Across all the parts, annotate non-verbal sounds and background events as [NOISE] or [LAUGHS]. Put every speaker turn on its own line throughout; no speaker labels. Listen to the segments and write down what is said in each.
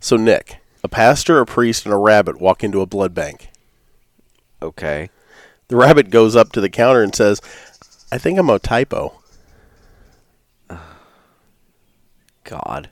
So, Nick, a pastor, a priest, and a rabbit walk into a blood bank.
Okay.
The rabbit goes up to the counter and says, I think I'm a typo.
God.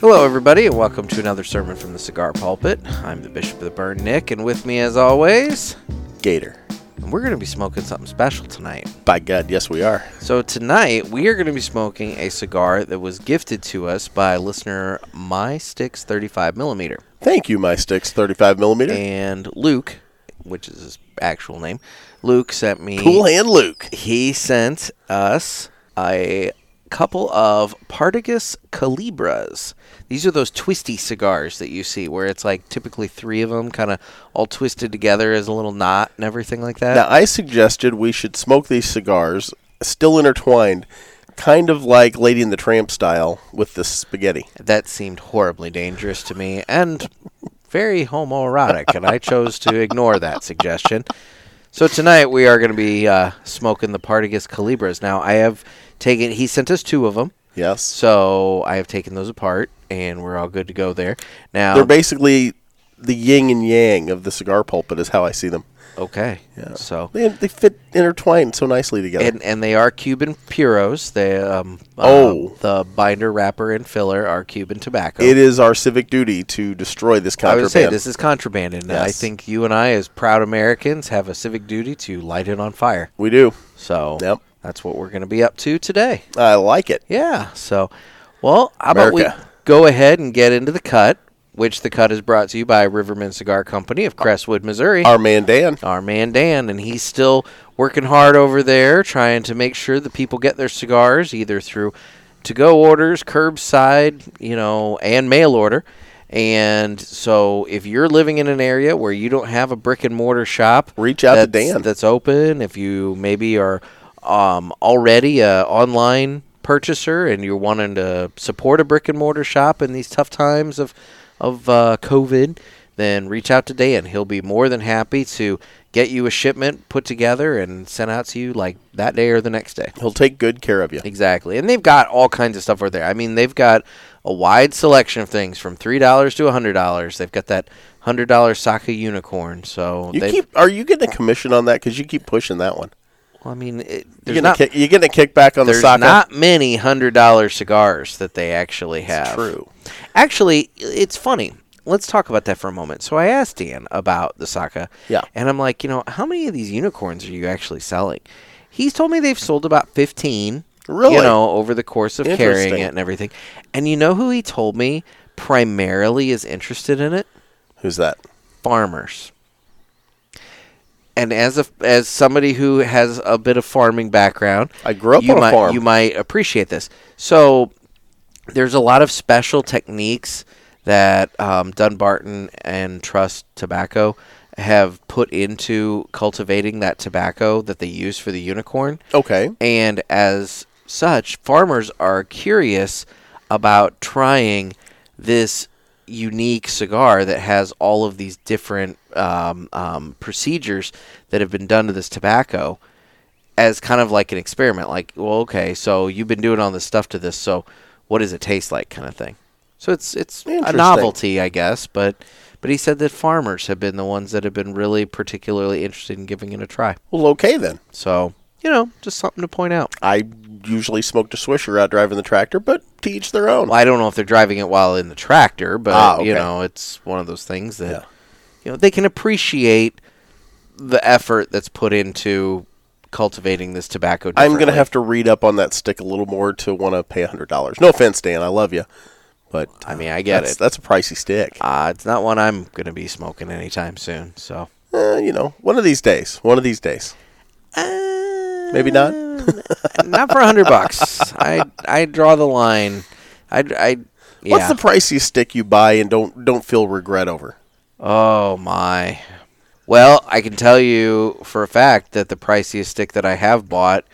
Hello, everybody, and welcome to another sermon from the Cigar Pulpit. I'm the Bishop of the Burn, Nick, and with me, as always,
Gator.
we're going to be smoking something special tonight.
By God, yes, we are.
So, tonight, we are going to be smoking a cigar that was gifted to us by listener My Sticks 35 millimeter.
Thank you, my sticks, 35 millimeter.
And Luke, which is his actual name, Luke sent me.
Cool hand Luke.
he sent us a couple of Partagas Calibras. These are those twisty cigars that you see, where it's like typically three of them, kind of all twisted together as a little knot and everything like that.
Now, I suggested we should smoke these cigars, still intertwined, kind of like Lady and the Tramp style with the spaghetti.
That seemed horribly dangerous to me and very homoerotic, and I chose to ignore that suggestion. So tonight we are going to be uh, smoking the Partagas Calibras. Now I have taken. He sent us two of them.
Yes.
So I have taken those apart, and we're all good to go there. Now,
They're basically the yin and yang of the cigar pulpit, is how I see them.
okay, so
They, they fit intertwined so nicely together.
and and they are Cuban puros. They um uh,
Oh.
the binder, wrapper, and filler are Cuban tobacco.
it is our civic duty to destroy this
I
contraband.
would say this is contraband, and I
Yes.
think you and I, as proud Americans, have a civic duty to light it on fire.
we do.
So
Yep.
that's what we're going to be up to today.
I like it.
Yeah. So, well, how about we
America.
go ahead and get into the cut, which the cut is brought to you by Riverman Cigar Company of Crestwood, Missouri.
Our man Dan.
our man Dan, and he's still working hard over there, trying to make sure that people get their cigars either through to go orders, curbside, you know, and mail order. And so, if you're living in an area where you don't have a brick and mortar shop,
Reach out to
that's-
Dan.
That's open. If you maybe are um, already a online purchaser and you're wanting to support a brick and mortar shop in these tough times of of uh, COVID, then reach out to Dan. He'll be more than happy to get you a shipment put together and sent out to you like that day or the next day.
He'll take good care of you.
Exactly. And they've got all kinds of stuff over there. I mean, they've got a wide selection of things from $3 to $100. They've got that $100 Saka unicorn. So
You
they've-
keep. Are you getting a commission on that? Because you keep pushing that one.
well, I mean, it,
You're
there's
getting,
not
a, kick, you're getting a kickback on the
there's
soccer.
not many hundred dollar cigars that they actually have.
true.
Actually, it's funny. Let's talk about that for a moment. So I asked Dan about the Saka.
Yeah.
And I'm like, you know, how many of these unicorns are you actually selling? He's told me they've sold about 15.
Really?
You know, over the course of carrying
Interesting.
it and everything. And you know who he told me primarily is interested in it?
Who's that?
farmers. And as a as somebody who has a bit of farming background,
I grew up
you
on a
might,
farm.
You might appreciate this. So there's a lot of special techniques that um, Dunbarton and Trust Tobacco have put into cultivating that tobacco that they use for the unicorn.
Okay.
And as such, farmers are curious about trying this unique cigar that has all of these different um, um, procedures that have been done to this tobacco as kind of like an experiment. Like, well, okay, so you've been doing all this stuff to this, so what does it taste like, kind of thing. So it's it's a
Interesting.
novelty, I guess, but but he said that farmers have been the ones that have been really particularly interested in giving it a try.
Well, okay then.
So, you know, just something to point out.
I usually smoked a swisher out driving the tractor, but to each their own.
Well, I don't know if they're driving it while in the tractor, but
Ah, okay.
you know, it's one of those things that
Yeah.
you know, they can appreciate the effort that's put into cultivating this tobacco
I'm going to
differently.
have to read up on that stick a little more to want to pay $100. No offense, Dan. I love you. But
I mean, I get
that's,
it.
That's a pricey stick.
Uh, it's not one I'm going to be smoking anytime soon, so
Eh, you know, one of these days. One of these days. Maybe not?
Uh, not for a 100 bucks. I I draw the line. I I yeah.
What's the priciest stick you buy and don't don't feel regret over?
Oh my. Well, I can tell you for a fact that the priciest stick that I have bought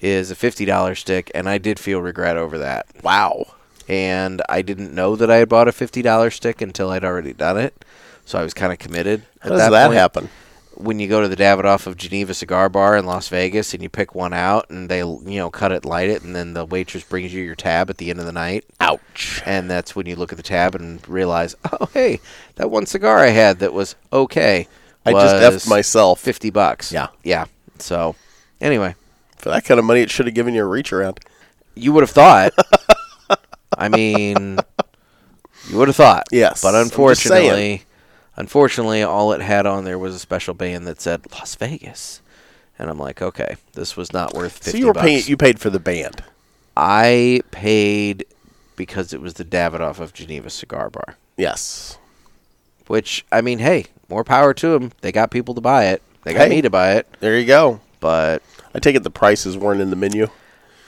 is a $50 stick and I did feel regret over that.
Wow.
And I didn't know that I had bought a $50 stick until I'd already done it. So I was kind of committed.
How does that happen?
when you go to the Davidoff of Geneva Cigar Bar in Las Vegas and you pick one out and they you know cut it, light it, and then the waitress brings you your tab at the end of the night.
Ouch.
And that's when you look at the tab and realize, [LAUGHS] oh hey, that one cigar I had that was okay.
I just
was
effed myself.
fifty bucks.
Yeah.
yeah. So anyway,
For that kind of money, it should have given you a reach around.
you would
[LAUGHS]
have thought. I mean, you would have thought.
Yes,
But
I'm just saying.
unfortunately, unfortunately, all it had on there was a special band that said Las Vegas, and I'm like, okay, this was not worth fifty
So you were
bucks.
paying. You paid for the band.
I paid because it was the Davidoff of Geneva Cigar Bar,
Yes.
which I mean, hey, more power to them. They got people to buy it. They got
Hey.
me to buy it,
There you go.
but
I take it the prices weren't in the menu.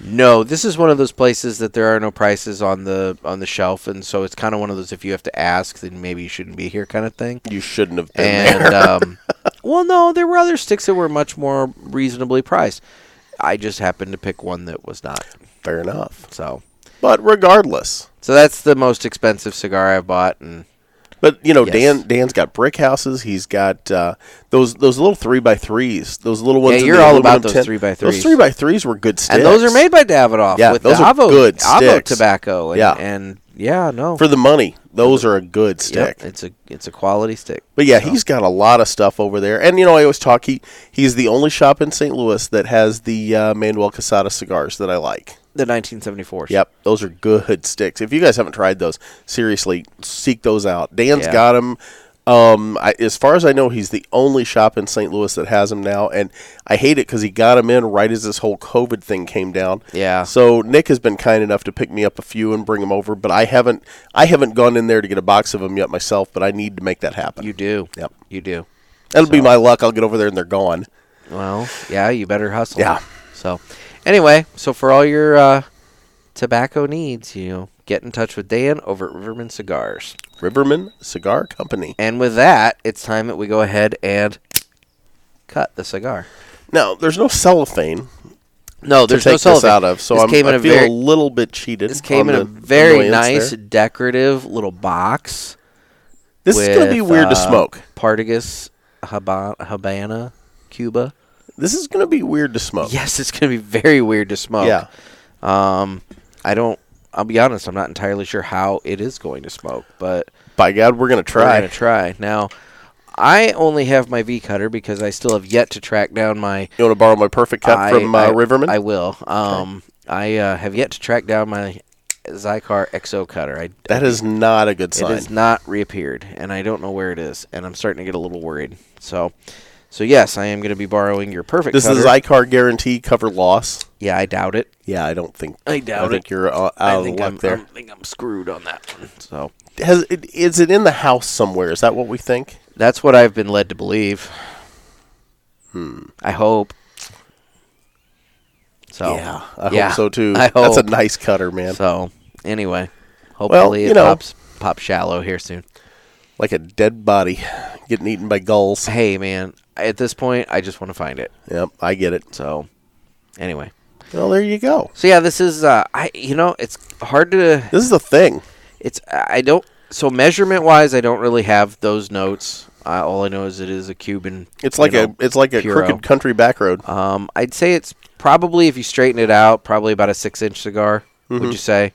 No, this is one of those places that there are no prices on the on the shelf, and so it's kind of one of those if you have to ask, then maybe you shouldn't be here kind of thing.
You shouldn't have [LAUGHS] been there.
And um, well, no, there were other sticks that were much more reasonably priced. I just happened to pick one that was not.
Fair enough.
So,
But regardless,
so that's the most expensive cigar I bought, and
but you know,
Yes.
Dan Dan's got brick houses. He's got uh, those those little three by threes. Those little ones. in
you're
the
all
aluminum
about those
tin.
three by
Those
threes.
three by threes were good sticks.
and those are made by Davidoff
Yeah,
with
those
the
are
Avo,
good
Avo
sticks.
tobacco, and,
Yeah.
and yeah, no,
for the money. Those are a good stick.
Yep, it's a it's a quality stick.
But yeah, he's got a lot of stuff over there. And you know, I always talk. He he's the only shop in St. Louis that has the uh, Manuel Casada cigars that I like.
The 1974.
Yep, those are good sticks. If you guys haven't tried those, seriously, seek those out. Dan's
Yeah.
got 'em. got them. Um, I, as far as I know, he's the only shop in St. Louis that has them now, and I hate it because he got them in right as this whole COVID thing came down.
Yeah.
So Nick has been kind enough to pick me up a few and bring them over, but I haven't I haven't gone in there to get a box of them yet myself. But I need to make that happen.
You do.
Yep.
You do.
That'll be my luck. I'll get over there and they're gone.
Well, yeah, you better hustle.
Yeah.
So, anyway, so for all your uh, tobacco needs, you know, get in touch with Dan over at Riverman Cigars.
Riverman Cigar Company.
And with that, it's time that we go ahead and cut the cigar.
Now, there's no cellophane.
No, there's
to take
no cellophane.
this out of, so
this
I'm,
came in
I
a
feel
very
a little bit cheated.
this came
on
in
the
a very
annoyance
nice,
there.
decorative little box.
This is going to be
with,
weird
uh,
to smoke.
Partagas Habana, Habana Cuba.
This is going to be weird to smoke.
Yes, it's going to be very weird to
Oh.
smoke.
Yeah.
Um, I don't. I'll be honest. I'm not entirely sure how it is going to smoke, but
By God, we're going to
we're
try.
gonna try. Now, I only have my V cutter because I still have yet to track down my
You want to borrow my perfect cut
I-
from uh,
I-
Riverman?
I will. Um, I uh, have yet to track down my Zycar XO cutter. I
that is not a good
it
sign.
has not reappeared, and I don't know where it is, and I'm starting to get a little worried. So, so yes, I am going to be borrowing your perfect.
This
cutter.
is Zycar guarantee cover loss.
yeah, I doubt it.
Yeah, I don't think.
I doubt
I think
it.
you're uh, out
I
of
think
luck
I'm,
there.
I'm- think I'm screwed on that one. So.
Has it, is it in the house somewhere? Is that what we think?
That's what I've been led to believe. Hmm. I hope. So
yeah, I
yeah,
hope so too.
I
That's a
hope.
nice cutter, man.
So anyway, hopefully
you
it
know.
pops pop shallow here soon.
like a dead body getting eaten by gulls.
Hey man, at this point I just want to find it.
Yep, I get it.
So anyway,
Well, there you go.
so yeah, this is uh I you know it's hard to
This is the thing.
it's I don't so measurement wise I don't really have those notes. Uh, all I know is it is a Cuban.
It's
you
like
know,
a it's like a
Puro.
crooked country back road.
Um, I'd say it's probably if you straighten it out, probably about a six-inch cigar. Would you say?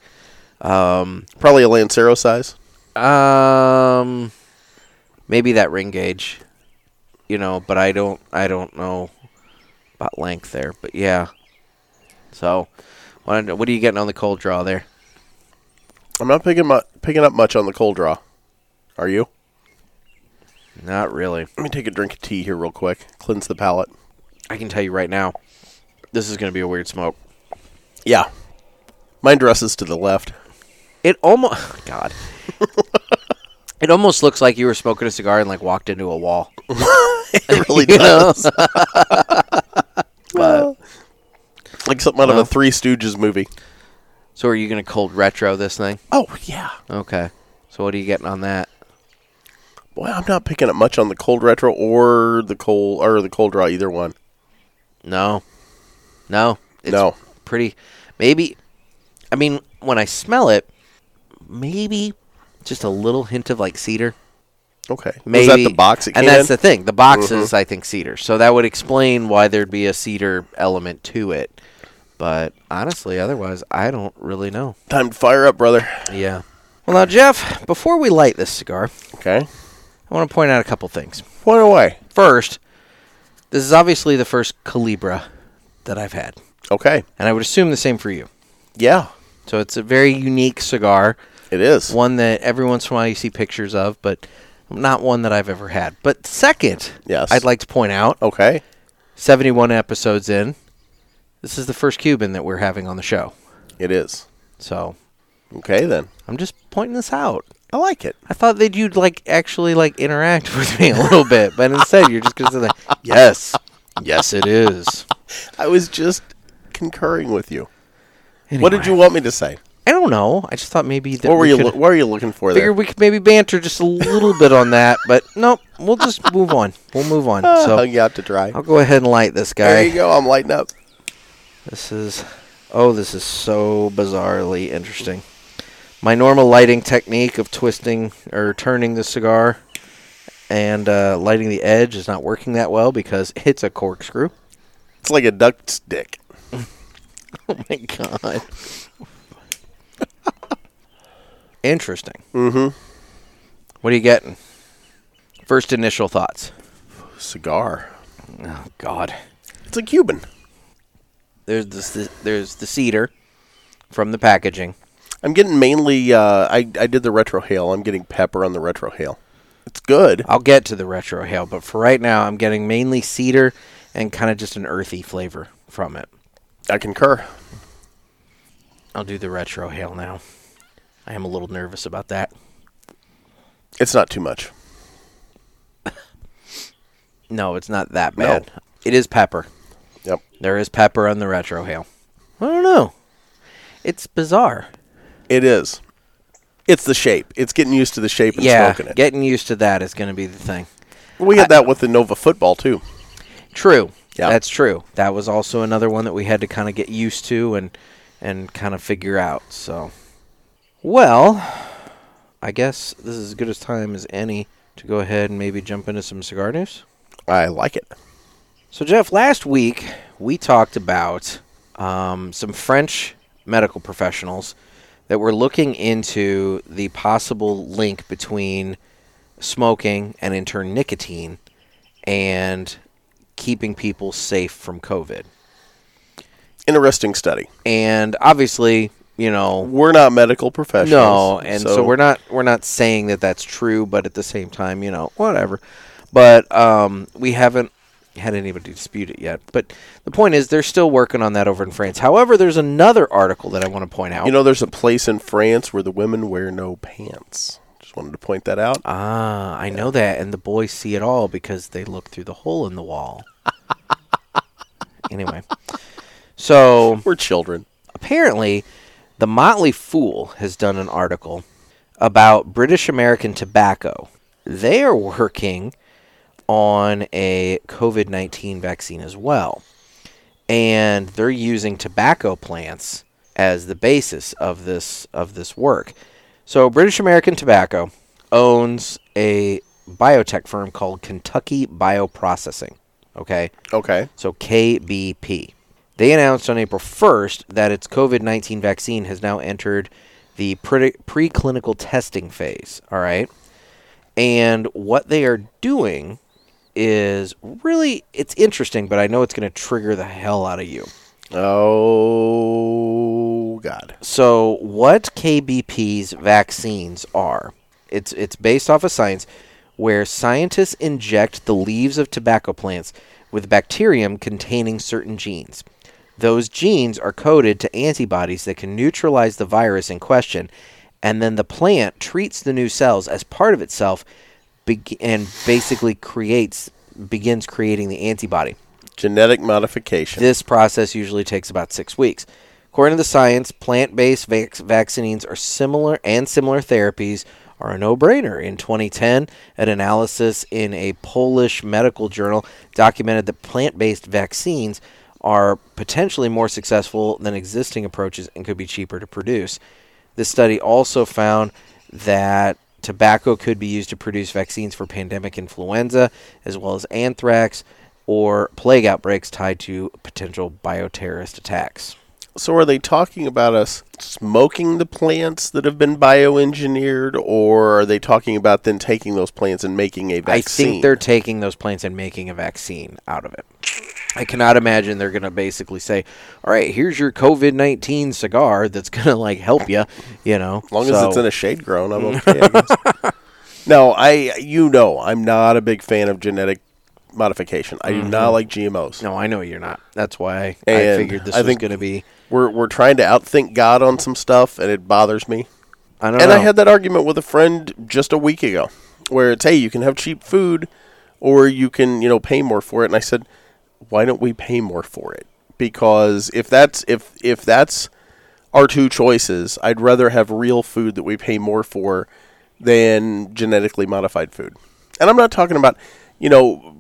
Um,
Probably a Lancero size.
um, maybe that ring gauge, you know. But I don't, I don't know about length there. But yeah. So, what what are you getting on the cold draw there?
I'm not picking mu- picking up much on the cold draw. Are you?
Not really.
Let me take a drink of tea here real quick. Cleanse the palate.
I can tell you right now, this is going to be a weird smoke.
Yeah. Mine dresses to the left. [LAUGHS]
It [LAUGHS] almost God. it almost looks like you were smoking a cigar and like walked into a wall.
It really
[LAUGHS] You know?
does. But- like something out of a Three Stooges movie.
So are you gonna cold retro this thing?
Oh yeah.
Okay. So what are you getting on that?
Boy, I'm not picking up much on the cold retro or the cold or the cold draw either one.
No. No. It's
No.
Pretty. Maybe. I mean, when I smell it, maybe just a little hint of like cedar.
Okay.
Maybe
Was that the box? It came
and that's
in? Mm-hmm.
the thing. The box is, I think, cedar. So that would explain why there'd be a cedar element to it. But honestly, otherwise, I don't really know.
time to fire up, brother.
Yeah. Well, now, Jeff, before we light this cigar,
Okay.
I want to point out a couple things.
Point away.
First, this is obviously the first Calibra that I've had,
Okay.
and I would assume the same for you.
Yeah.
So it's a very unique cigar,
It is.
one that every once in a while you see pictures of, but not one that I've ever had. But second,
Yes.
I'd like to point out
Okay.
71 episodes in, this is the first Cuban that we're having on the show.
It is.
So
Okay then.
I'm just pointing this out.
I like
[LAUGHS]
it.
I thought that you'd like actually like interact [LAUGHS] with me a little bit, but instead you're just gonna say like, yes, yes it is.
I was just concurring with you.
Anyway,
What did you want me to say?
I don't know. I just thought maybe that
What were
we
you?
could
Lo- what were you looking for
figure
there?
we could maybe banter just a little bit on that, but nope. We'll just move on. We'll move
[LAUGHS]
on.
So,
So
hung Ah, you out to dry.
I'll go ahead and light this guy.
There you go. I'm lighting up.
This is oh, this is so bizarrely interesting. My normal lighting technique of twisting or turning the cigar and uh, lighting the edge is not working that well because it's
[LAUGHS]
a corkscrew.
It's like a duck stick.
Oh my god. interesting.
Mm-hmm.
What are you getting? First initial thoughts.
Cigar.
Oh god.
It's a Cuban.
There's this there's the cedar from the packaging.
I'm getting mainly. Uh, I I did the retrohale. I'm getting pepper on the retrohale. It's good.
I'll get to the retro hail, but for right now, I'm getting mainly cedar and kind of just an earthy flavor from it.
I concur.
I'll do the retro hail now. I am a little nervous about that.
It's not too much.
No, it's not that
No.
bad. It is pepper.
Yep.
There is pepper on the retro hail. I don't know. It's bizarre.
It is. It's the shape. It's getting used to the shape and
yeah,
smoking it.
getting used to that is going to be the thing.
we had that with the Nova football too.
True.
Yeah.
That's true. That was also another one that we had to kind of get used to and and kind of figure out. So, well, I guess this is as good a time as any to go ahead and maybe jump into some cigar news.
I like it.
So, Jeff, last week we talked about um, some French medical professionals that were looking into the possible link between smoking and, in turn, nicotine and keeping people safe from COVID.
Interesting study.
And obviously, you know,
We're not medical professionals.
no, and so, we're not we're not saying that that's true, but at the same time, you know, whatever. But um, we haven't had anybody dispute it yet. But the point is, they're still working on that over in France. However, there's another article that I want to point out.
You know, there's a place in France where the women wear no pants. Just wanted to point that out.
ah, I know that, and the boys see it all because they look through the hole in the wall. [LAUGHS] anyway, so
We're children.
apparently, the Motley Fool has done an article about British American tobacco. They are working on a COVID 19 vaccine as well. And they're using tobacco plants as the basis of this of this work. So British American Tobacco owns a biotech firm called Kentucky Bioprocessing. Okay.
Okay.
So KBP. They announced on April 1st that its COVID 19 vaccine has now entered the pre- preclinical testing phase. All right. And what they are doing is really, it's interesting, but I know it's going to trigger the hell out of you.
Oh God.
So, what KBP's vaccines are? It's it's based off of science, where scientists inject the leaves of tobacco plants with bacterium containing certain genes. Those genes are coded to antibodies that can neutralize the virus in question, and then the plant treats the new cells as part of itself, beg- and basically creates begins creating the antibody.
Genetic modification.
This process usually takes about six weeks. According to the science, plant-based vac- vaccines are similar, and similar therapies are a no-brainer. In 2010, an analysis in a Polish medical journal documented that plant-based vaccines are potentially more successful than existing approaches and could be cheaper to produce. This study also found that Tobacco could be used to produce vaccines for pandemic influenza, as well as anthrax or plague outbreaks tied to potential bioterrorist attacks.
So are they talking about us smoking the plants that have been bioengineered, or are they talking about then taking those plants and making a vaccine?
I think they're taking those plants and making a vaccine out of it. I cannot imagine they're going to basically say, "All right, here's your COVID-19 cigar that's going to like help you," you know.
As long as it's in a shade grown,
[LAUGHS]
I'm okay. I guess. No, I you know I'm not a big fan of genetic modification. I do not like GMOs.
Mm-hmm. No, I know you're not. That's why I, I
And
figured this
I
was
think-
going to be
We're we're trying to outthink God on some stuff, and it bothers me.
I don't
And
know.
I had that argument with a friend just a week ago, where it's hey, you can have cheap food, or you can you know pay more for it. And I said, why don't we pay more for it? Because if that's if if that's our two choices, I'd rather have real food that we pay more for than genetically modified food. And I'm not talking about you know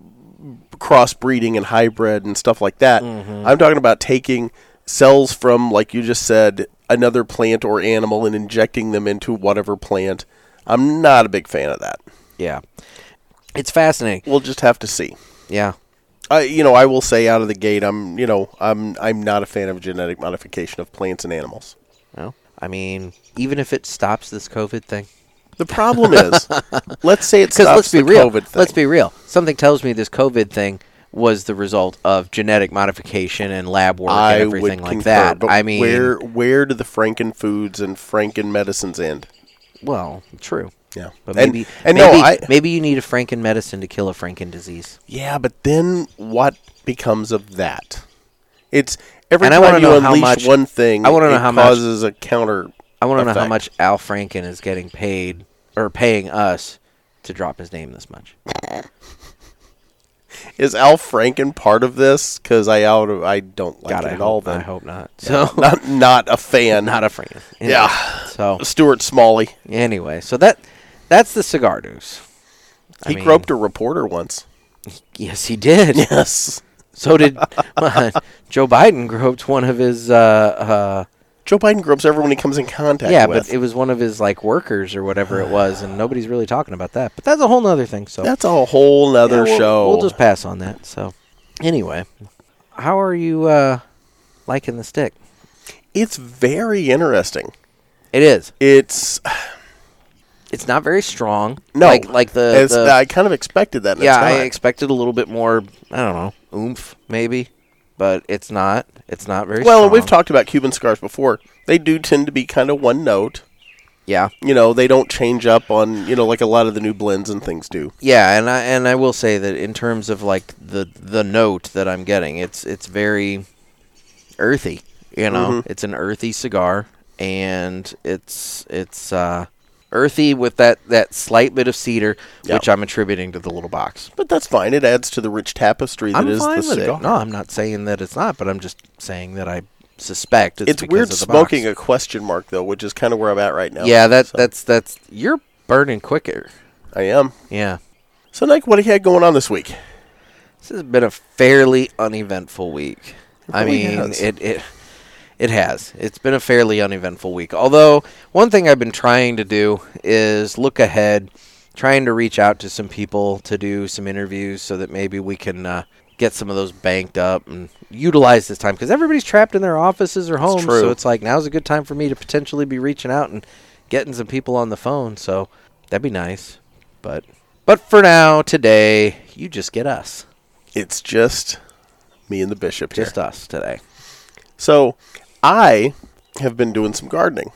crossbreeding and hybrid and stuff like that.
Mm-hmm.
I'm talking about taking cells from, like you just said, another plant or animal and injecting them into whatever plant. I'm not a big fan of that.
yeah. It's fascinating.
We'll just have to see.
Yeah.
I, you know, I will say out of the gate, I'm, you know, I'm, I'm not a fan of genetic modification of plants and animals.
Well, I mean, even if it stops this COVID thing,
The problem
[LAUGHS]
is, let's say it
because
stops
let's be
the
real.
COVID thing.
Let's be real. Something tells me this COVID thing was the result of genetic modification and lab work
I
and
would
everything like
concur,
that.
but
I mean,
where, where do the Franken foods and Franken medicines end?
well, true.
Yeah,
But
And-
maybe,
and,
maybe,
no, I,
maybe you need a Franken medicine to kill a Franken disease.
Yeah, but then what becomes of that? It's every
And I wanna
time you
know how
unleash
much-
one thing,
I wanna know
it
how much-
causes a counter.
I want to know how
effect.
much Al Franken is getting paid or paying us to drop his name this much.
Is Al Franken part of this? Because I out of I don't like
God,
it
I
at
hope,
all.
I
Then
hope not. So
[LAUGHS]
[LAUGHS]
not not a fan.
not a Franken. Anyway,
Yeah.
So
Stuart Smalley.
anyway, so that that's the cigar news. I
He
mean-
groped a reporter once. [LAUGHS]
Yes, he did. [LAUGHS]
Yes.
So did [LAUGHS] Joe Biden groped one of his. Uh, uh,
Joe Biden gropes everyone he comes in contact
yeah,
with.
but it was one of his like workers or whatever it was, and nobody's really talking about that. But that's a whole nother thing. So
that's a whole
Yeah,
nother
we'll-
show.
We'll just pass on that. So anyway, how are you uh, liking the stick?
it's very interesting.
It is.
It's
It's not very strong.
no
like like the,
it's-
the
I kind of expected that. and
yeah.
it's
I
not.
expected a little bit more. I don't know oomph maybe, but it's not. It's not very.
Well,
strong.
and we've talked about Cuban cigars before. They do tend to be kind of one note.
Yeah,
You know, they don't change up on you know like a lot of the new blends and things do.
yeah, and I and I will say that in terms of like the the note that I'm getting, it's it's very earthy. You know,
Mm-hmm.
it's an earthy cigar, and it's it's uh, earthy with that that slight bit of cedar,
Yeah.
which I'm attributing to the little box.
But that's fine. It adds to the rich tapestry that
I'm
is
fine
the
with
cigar.
it. No, I'm not saying that it's not, but I'm just saying that I suspect it's,
It's
because
weird
of the
smoking
Box.
a question mark though, which is kind of where I'm at right now.
yeah, that
So,
that's that's you're burning quicker.
I am.
Yeah,
So Nick, what do you had going on this week?
This has been a fairly uneventful week. I
really
mean,
has.
it it it has. It's been a fairly uneventful week. Although one thing I've been trying to do is look ahead, trying to reach out to some people to do some interviews so that maybe we can uh, get some of those banked up and utilize this time because everybody's trapped in their offices or homes.
true.
So it's like now's a good time for me to potentially be reaching out and getting some people on the phone. So that'd be nice. But but for now, today you just get us
It's just me and the bishop here.
just us today.
So I have been doing some gardening.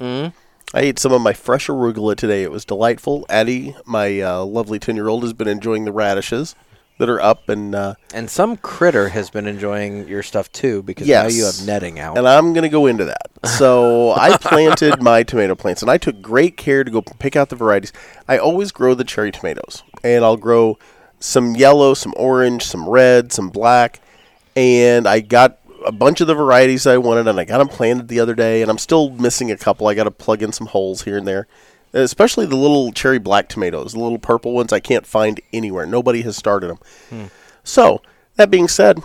I ate some of my fresh arugula today. It was delightful. Addie, my uh, lovely 10 year old, has been enjoying the radishes that are up. And uh,
And some critter has been enjoying your stuff too because now you
Yes.
have netting out.
and I'm going to go into that. So I planted my tomato plants and I took great care to go pick out the varieties. I always grow the cherry tomatoes and I'll grow some yellow, some orange, some red, some black. And I got a bunch of the varieties I wanted and I got them planted the other day and I'm still missing a couple. I got to plug in some holes here and there. Especially the little cherry black tomatoes, the little purple ones I can't find anywhere. Nobody has started them. So, that being said,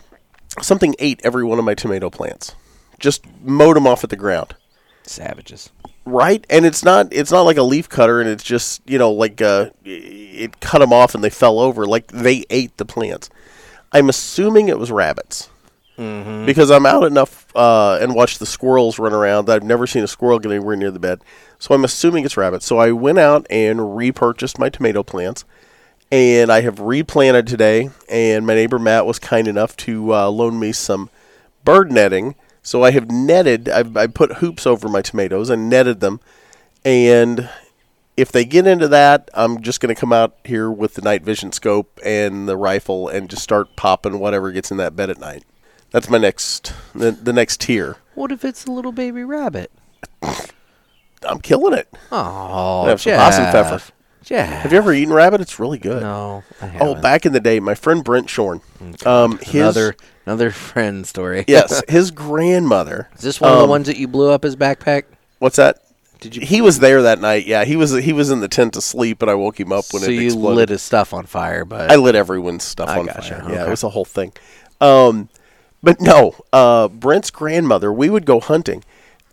something ate every one of my tomato plants. Just mowed them off at the ground.
Savages.
right? And it's not it's not like a leaf cutter, and it's just you know like uh, it cut them off and they fell over. Like they ate the plants. I'm assuming it was rabbits because I'm out enough uh, and watched the squirrels run around. that I've never seen a squirrel get anywhere near the bed, so I'm assuming it's rabbits. So I went out and repurchased my tomato plants. And I have replanted today, and my neighbor Matt was kind enough to uh, loan me some bird netting. So I have netted, I've, I put hoops over my tomatoes and netted them. And if they get into that, I'm just going to come out here with the night vision scope and the rifle and just start popping whatever gets in that bed at night. That's my next, the, the next tier.
What if it's a little baby rabbit?
I'm killing it.
Oh,
Have some possum pepper.
Yeah.
Have you ever eaten rabbit? It's really good.
No. I
oh,
haven't. Mm,
back in the day, my friend Brent Shorn. Um, his,
another another friend story.
yes, [LAUGHS] his grandmother.
[LAUGHS] Is this one of the
um,
ones that you blew up his backpack?
What's that?
Did you?
He was there that night. Yeah, he was he was in the tent to sleep, and I woke him up when
so
it
you
exploded.
lit his stuff on fire, but
I lit everyone's stuff
I
on
gotcha.
fire. Yeah,
Okay.
it was a whole thing. Um, but no, uh, Brent's grandmother. We would go hunting,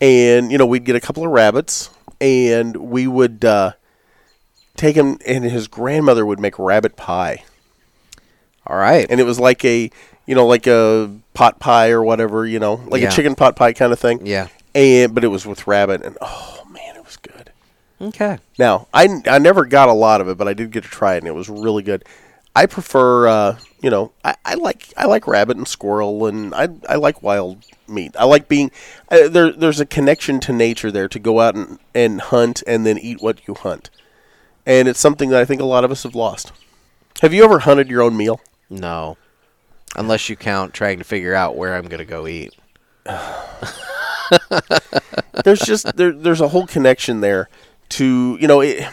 and you know we'd get a couple of rabbits, and we would uh, take him, and his grandmother would make rabbit pie,
all right.
and it was like a you know like a pot pie or whatever, you know, like
Yeah.
a chicken pot pie kind of thing.
yeah.
And but it was with rabbit, and oh man, it was good.
Okay.
Now, I, I never got a lot of it, but I did get to try it, and it was really good. I prefer, uh, you know, I, I like I like rabbit and squirrel, and I I like wild meat. I like being uh, there. There's a connection to nature there to go out and, and hunt and then eat what you hunt, and it's something that I think a lot of us have lost. Have you ever hunted your own meal?
No. Unless you count trying to figure out where I'm gonna go eat.
there's just there, there's a whole connection there to you know it,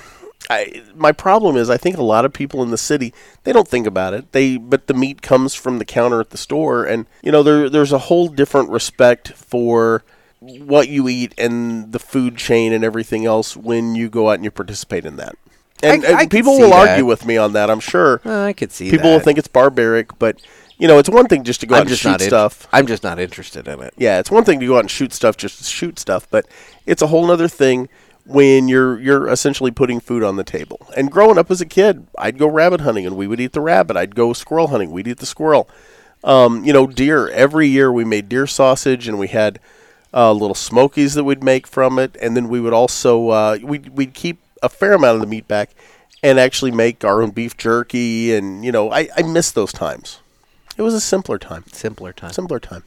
I, my problem is i think a lot of people in the city they don't think about it they but the meat comes from the counter at the store and you know there there's a whole different respect for what you eat and the food chain and everything else when you go out and you participate in that and,
I- I
and
can
people
see
will
that.
argue with me on that i'm sure
Well, I could see
people will
that.
think it's barbaric but you know it's one thing just to go out
I'm
and
just
shoot
not in-
stuff
I'm just not interested in it.
yeah, it's one thing to go out and shoot stuff, just to shoot stuff, but it's a whole other thing when you're you're essentially putting food on the table. And growing up as a kid, I'd go rabbit hunting and we would eat the rabbit. I'd go squirrel hunting, we'd eat the squirrel. Um, you know, deer. Every year we made deer sausage and we had uh, little smokies that we'd make from it, and then we would also uh, we'd we'd keep a fair amount of the meat back and actually make our own beef jerky. And you know, I I miss those times. It was a simpler time
Simpler time.
simpler time.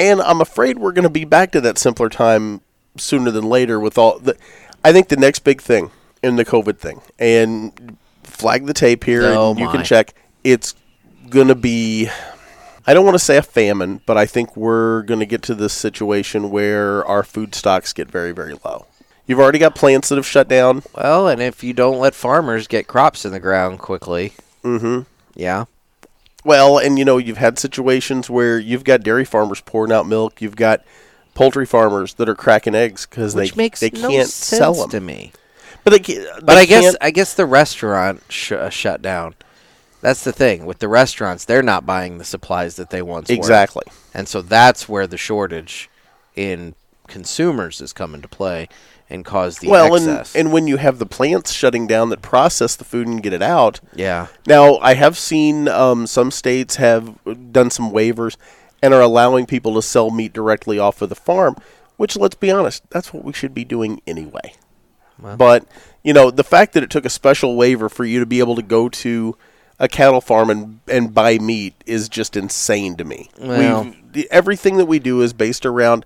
And I'm afraid we're going to be back to that simpler time sooner than later with all the I think the next big thing in the COVID thing and flag the tape here
Oh
and you
my.
can check it's going to be I don't want to say a famine, but I think we're going to get to this situation where our food stocks get very very low. You've already got plants that have shut down.
well, and if you don't let farmers get crops in the ground quickly.
Mhm.
Yeah.
Well, and you know, you've had situations where you've got dairy farmers pouring out milk, you've got poultry farmers that are cracking eggs because they
Which makes
they
no
can't
sense
sell them.
to me.
But they, ca-
But
they
I guess
can't-
I guess the restaurant sh- uh, shut down. That's the thing with the restaurants; they're not buying the supplies that they once were.
exactly.
and so that's where the shortage in consumers is come into play and cause the
Well, and
excess.
and when you have the plants shutting down that process the food and get it out,
yeah,
Now, I have seen um, some states have done some waivers and are allowing people to sell meat directly off of the farm, which, let's be honest, that's what we should be doing anyway. Uh-huh. But, you know, the fact that it took a special waiver for you to be able to go to a cattle farm and, and buy meat is just insane to me.
Well-
We've- the- everything that we do is based around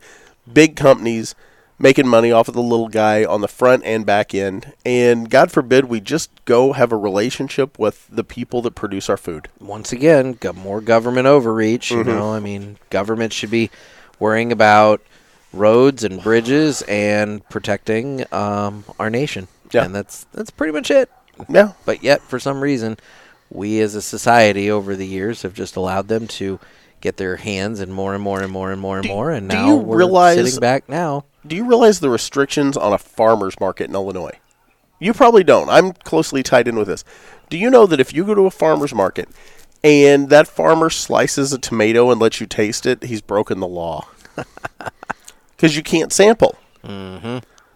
big companies making money off of the little guy on the front and back end. And God forbid we just go have a relationship with the people that produce our food.
once again, got more government overreach.
Mm-hmm.
You know, I mean, government should be worrying about roads and bridges and protecting um, our nation.
Yeah.
and that's that's pretty much it.
Yeah.
But yet, for some reason, we as a society over the years have just allowed them to get their hands in more and more and more and more and more. And
do
now
you
we're
realize-
sitting back now.
Do you realize the restrictions on a farmer's market in Illinois? You probably don't. I'm closely tied in with this. Do you know that if you go to a farmer's market and that farmer slices a [LAUGHS] tomato and lets you taste it, he's broken the law? Because you can't sample.
Mm-hmm.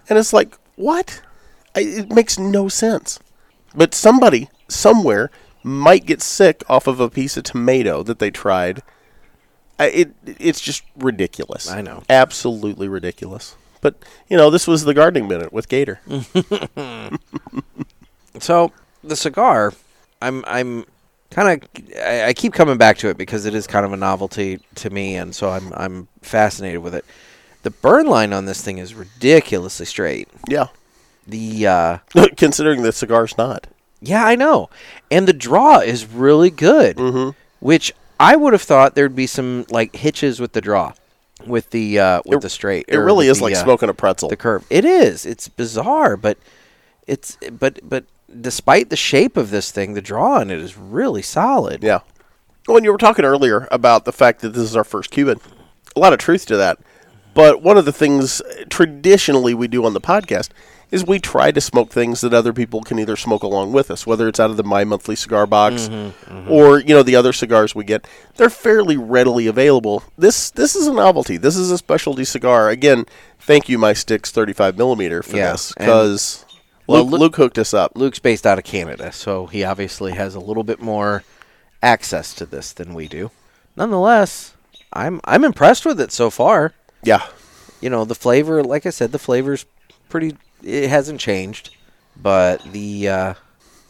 And it's like, what? I, it makes no sense. But somebody somewhere might get sick off of a piece of tomato that they tried. I, it it's just ridiculous.
I know.
absolutely ridiculous. But you know, this was the gardening minute with Gator.
Mm. So the cigar, I'm I'm kind of I, I keep coming back to it because it is kind of a novelty to me, and so I'm I'm fascinated with it. The burn line on this thing is ridiculously straight.
Yeah,
The uh,
[LAUGHS] considering the cigar's not.
yeah, I know, and the draw is really good,
Mm-hmm.
which I would have thought there'd be some like hitches with the draw, with the uh, with
It-
the straight.
It
or
really
with
is
the,
like
uh,
smoking a pretzel.
the curve. It is. It's bizarre, but it's but but despite the shape of this thing, the draw on it is really solid.
Yeah. When you were talking earlier about the fact that this is our first Cuban, a lot of truth to that. But one of the things traditionally we do on the podcast is we try to smoke things that other people can either smoke along with us, whether it's out of the My Monthly cigar box
Mm-hmm,
or you know the other cigars we get. They're fairly readily available. This this is a novelty. This is a specialty cigar. Again, thank you, my sticks thirty five millimeter for
Yeah,
this
and-
because
Well,
Luke,
Lu-
Luke hooked us up.
Luke's based out of Canada, so he obviously has a little bit more access to this than we do. Nonetheless, I'm I'm impressed with it so far.
Yeah,
You know, the flavor, like I said, the flavor's pretty it hasn't changed, but the uh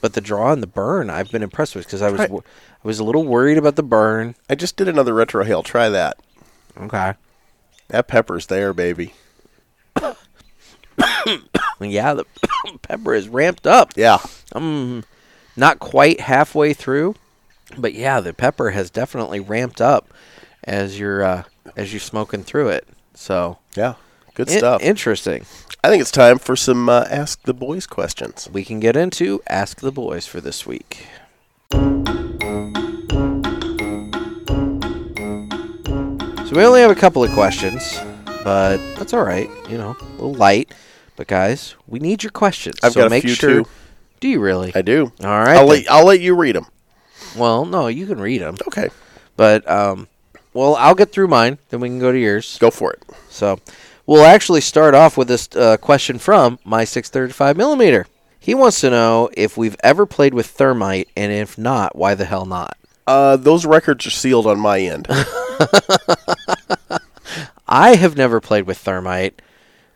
but the draw and the burn, I've been impressed with because I was
Right.
wo- I was a little worried about the burn.
I just did another retro hail. Try that.
Okay.
That pepper's there, baby.
Yeah, the [COUGHS] pepper is ramped up.
Yeah.
I'm not quite halfway through, but yeah, the pepper has definitely ramped up as you're uh, as you're smoking through it. So
Yeah. Good
in-
stuff.
interesting.
I think it's time for some uh, Ask the Boys questions.
We can get into ask the boys for this week. So we only have a couple of questions, but that's all right. You know, a little light. But guys, we need your questions.
I've
so
got a
make
few,
sure.
too.
Do you really?
I do.
All right,
I'll
then.
let, I'll let you read them.
Well, no, you can read them.
Okay.
But um, well, I'll get through mine, then we can go to yours.
Go for it.
So, we'll actually start off with this uh, question from my 635 millimeter. He wants to know if we've ever played with thermite, and if not, why the hell not?
Uh, those records are sealed on my
[LAUGHS]
end.
I have never played with thermite,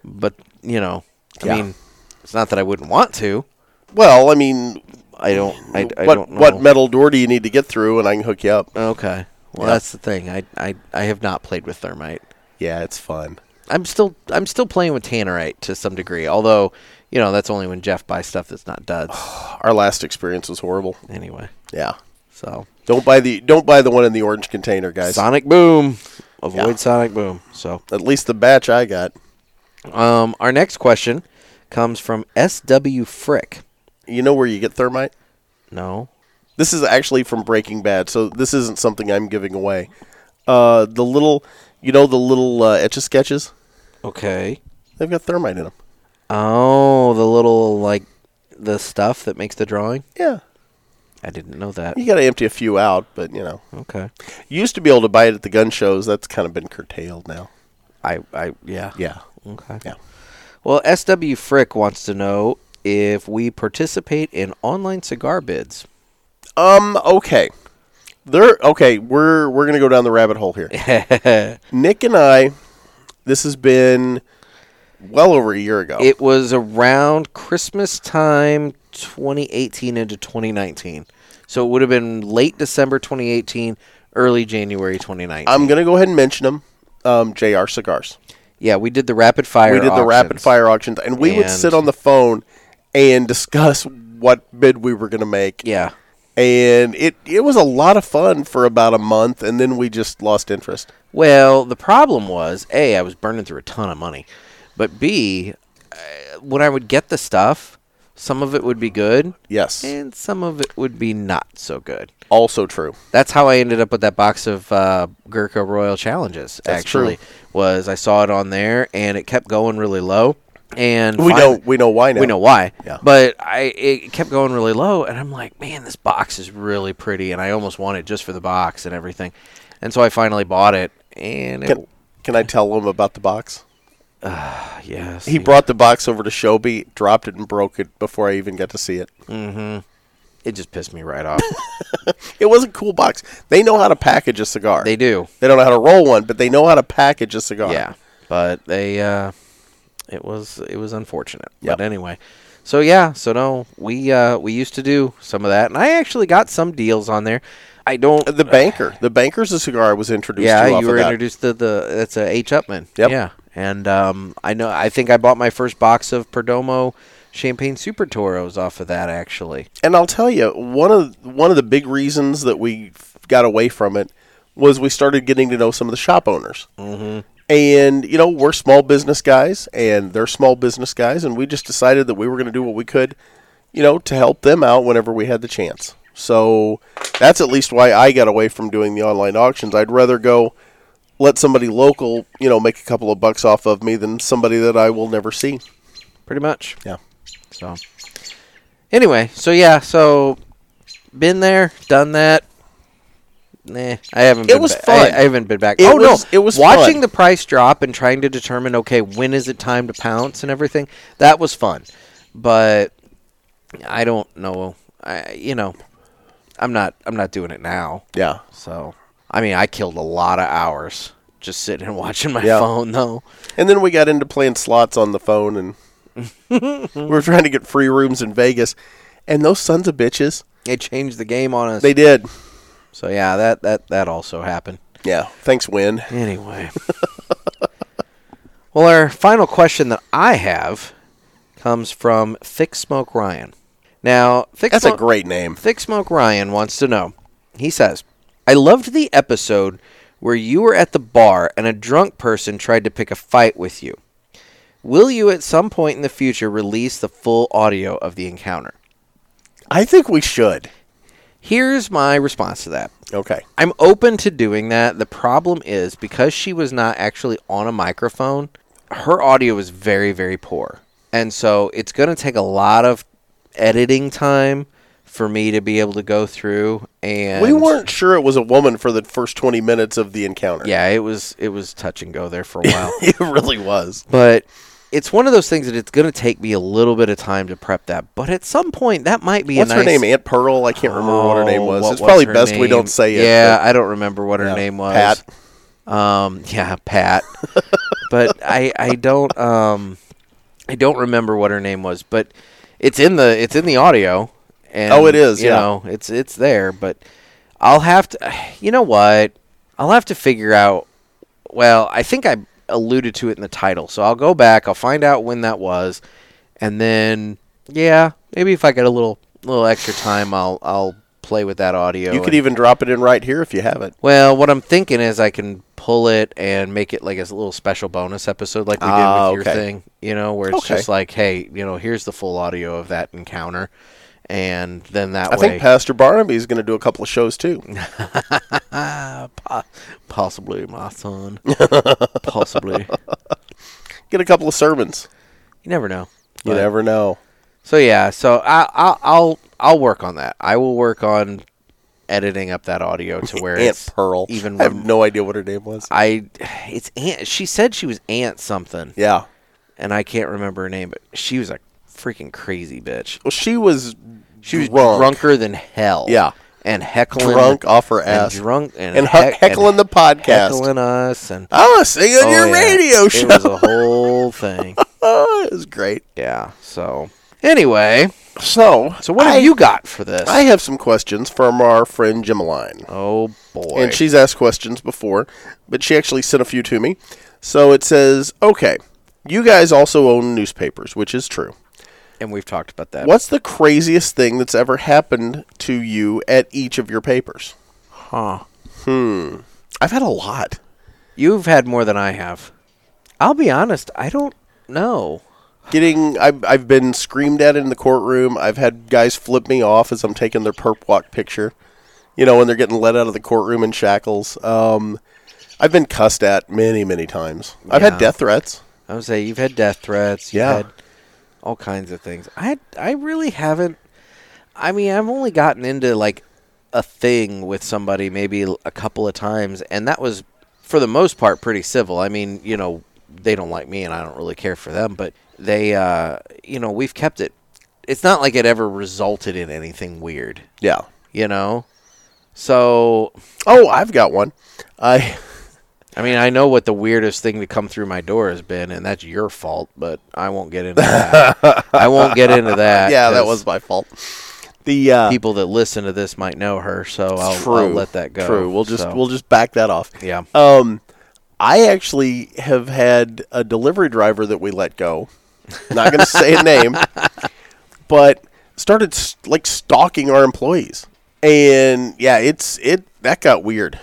but you know, I
Yeah.
mean, it's not that I wouldn't want to.
well, I mean,
I don't. I, I
what
don't know.
what metal door do you need to get through, and I can hook you up.
okay. Well,
Yeah.
that's the thing. I, I I have not played with thermite.
Yeah, it's fun.
I'm still I'm still playing with Tannerite to some degree, although you know that's only when Jeff buys stuff that's not duds [SIGHS]
Our last experience was horrible.
anyway.
Yeah.
So
Don't buy the don't buy the one in the orange container, guys.
Sonic Boom, avoid
Yeah.
Sonic Boom. So
At least the batch I got.
um, our next question comes from S W Frick.
You know where you get thermite?
No,
This is actually from Breaking Bad, so this isn't something I'm giving away. Uh, the little, you know, the little uh, etch a sketches.
okay.
They've got thermite in them.
Oh, the little like the stuff that makes the drawing.
Yeah,
I didn't know that.
you got to empty a few out, but you know,
Okay.
you used to be able to buy it at the gun shows. That's kind of been curtailed now.
I I yeah
Yeah,
okay
yeah.
Well, SW Frick wants to know if we participate in online cigar bids. [LAUGHS]
Um. Okay. There. Okay. We're we're gonna go down the rabbit hole here. Nick and I. This has been well over a year ago.
It was around Christmas time 2018 into 2019. So it would have been late December 2018, early January 2019.
I'm gonna go ahead and mention them. Um, Jr. Cigars.
yeah, we did the rapid fire.
we did the rapid
auctions.
fire auctions and we would
And-
sit on the phone and discuss what bid we were going to make
Yeah.
and it it was a lot of fun for about a month and then we just lost interest
Well, the problem was A, I was burning through a ton of money. But B, uh, when I would get the stuff, some of it would be good
yes
and some of it would be not so good.
also true
That's how I ended up with that box of uh, Gurkha Royal Challenges.
That's
actually,
true.
was I saw it on there and it kept going really low, and
we
finally-
know we know why now
we know why.
Yeah.
But I it kept going really low, and I'm like, man, this box is really pretty, and I almost want it just for the box and everything, and so I finally bought it, and it,
can, can i tell them about the box
Ah, yes.
He brought the box over to Shobi, dropped it, and broke it before I even got to see it.
Mm-hmm. It just pissed me right off.
It was a cool box. They know how to package a cigar.
they do.
They don't know how to roll one, but they know how to package a cigar.
Yeah, but they uh, it was it was unfortunate.
Yep.
But anyway, so yeah, so no, we uh, we used to do some of that, and I actually got some deals on there. I don't.
The banker. The banker's a cigar I was introduced to.
yeah,
off
you
of
were
that.
introduced to the that's a H Upman.
Yep.
Yeah, and um, I know I think I bought my first box of Perdomo Champagne Super Toros off of that actually.
And I'll tell you, one of one of the big reasons that we f- got away from it was we started getting to know some of the shop owners. Mm-hmm. And you know, we're small business guys, and they're small business guys, and we just decided that we were going to do what we could, you know, to help them out whenever we had the chance. So that's at least why I got away from doing the online auctions. I'd rather go let somebody local, you know, make a couple of bucks off of me than somebody that I will never see.
Pretty much.
Yeah.
So anyway, so yeah, so been there, done that. Nah, I haven't.
It
been
was
ba-
fun.
I, I haven't been back.
It
oh
was-
no,
it was
watching
fun.
the price drop and trying to determine okay when is it time to pounce and everything. That was fun, but I don't know. I you know, I'm not I'm not doing it now.
Yeah.
So I mean, I killed a lot of hours just sitting and [LAUGHS] watching my
Yeah.
phone though.
And then we got into playing slots on the phone,
[LAUGHS]
and we were trying to get free rooms in Vegas. And those sons of bitches,
It changed the game on us.
they did.
so yeah, that that that also happened.
Yeah, thanks, Win.
Anyway. [LAUGHS] well, our final question that I have comes from Thick Smoke Ryan. Now, Thick
That's a
Smoke,
great name.
Thick Smoke Ryan wants to know. He says, "I loved the episode where you were at the bar and a drunk person tried to pick a fight with you. Will you at some point in the future release the full audio of the encounter?"
I think we should.
Here's my response to that.
Okay.
I'm open to doing that. The problem is because she was not actually on a microphone, her audio is very, very poor. And so it's going to take a lot of editing time for me to be able to go through and
we weren't sure it was a woman for the first 20 minutes of the encounter.
Yeah, it was it was touch and go there for a while.
[LAUGHS]
[LAUGHS]
It really was.
but it's one of those things that it's going to take me a little bit of time to prep that. But at some point that might be a
What's her
nice-
name? Aunt Pearl? I can't remember what her name
Oh,
was.
what
It's probably
her
best we
name?
don't say it.
Yeah, I don't remember what her
Yeah,
name was.
Pat.
Um, yeah,
[LAUGHS]
Pat. but I I don't um I don't remember what her name was, but it's in the it's in the audio. And,
Oh, it is,
You
yeah.
know, it's it's there, but I'll have to. [SIGHS] You know what? I'll have to figure out. Well, I think I alluded to it in the title, so I'll go back. I'll find out when that was, and then yeah, maybe if I get a little little extra time, I'll I'll play with that audio.
but you could
and-
even drop it in right here if you have it.
well, what I'm thinking is I can pull it and make it like a s- little special bonus episode, like we
Ah,
did with
okay.
your thing. You know, where it's
Okay.
just like, hey, you know, here's the full audio of that encounter, and then that
I
way,
think Pastor Barnaby is going to do a couple of shows
[LAUGHS]
too.
po- possibly my son,
[LAUGHS]
possibly.
Get a couple of sermons.
You never know.
You
But-
never know.
So yeah, so I, I'll I'll I'll work on that. I will work on editing up that audio to where
Aunt
it's
Pearl.
even
[LAUGHS] I have
rem-
no idea what her name was.
I it's aunt. She said she was aunt something.
Yeah.
and I can't remember her name, but she was a freaking crazy bitch.
Well, she was
She was
drunk,
drunker than hell.
Yeah.
and heckling,
drunk off her
and
ass,
drunk, and,
and
heck-
heck- heckling the podcast.
heckling us, and
I was singing
Oh,
your
yeah.
radio show.
It was a
[LAUGHS]
whole thing.
it was great.
yeah. So anyway,
So,
so what
I,
have you got for this?
I have some questions from our friend Gemmaline.
oh boy.
And she's asked questions before, but she actually sent a few to me. So it says, okay, you guys also own newspapers, which is true.
and we've talked about that.
What's the craziest thing that's ever happened to you at each of your papers?
Huh.
I've had a lot.
You've had more than I have. I'll be honest. I don't know.
getting I've, I've been screamed at in the courtroom i've had guys flip me off as i'm taking their perp walk picture you know when they're getting let out of the courtroom in shackles um, i've been cussed at many many times i've had
Yeah.
death threats
I would say you've had death threats. You've
Yeah.
had all kinds of things. I I really haven't. I mean, I've only gotten into like a thing with somebody maybe l- a couple of times, and that was for the most part pretty civil. I mean, you know, they don't like me and I don't really care for them, but they uh, you know, we've kept it it's not like it ever resulted in anything weird,
Yeah.
you know? So,
Oh, I've got one. I [LAUGHS]
I mean, I know what the weirdest thing to come through my door has been, and that's your fault, but I won't get into that. I won't
[LAUGHS]
get into that.
yeah, that
'cause
was my fault. The uh,
people that listen to this might know her, so I'll, I'll let that go.
True. We'll just
So,
we'll just back that off.
yeah.
Um, I actually have had a delivery driver that we let go. Not going to say a
[LAUGHS]
name, but started s- like stalking our employees, and yeah, it's it that got weird.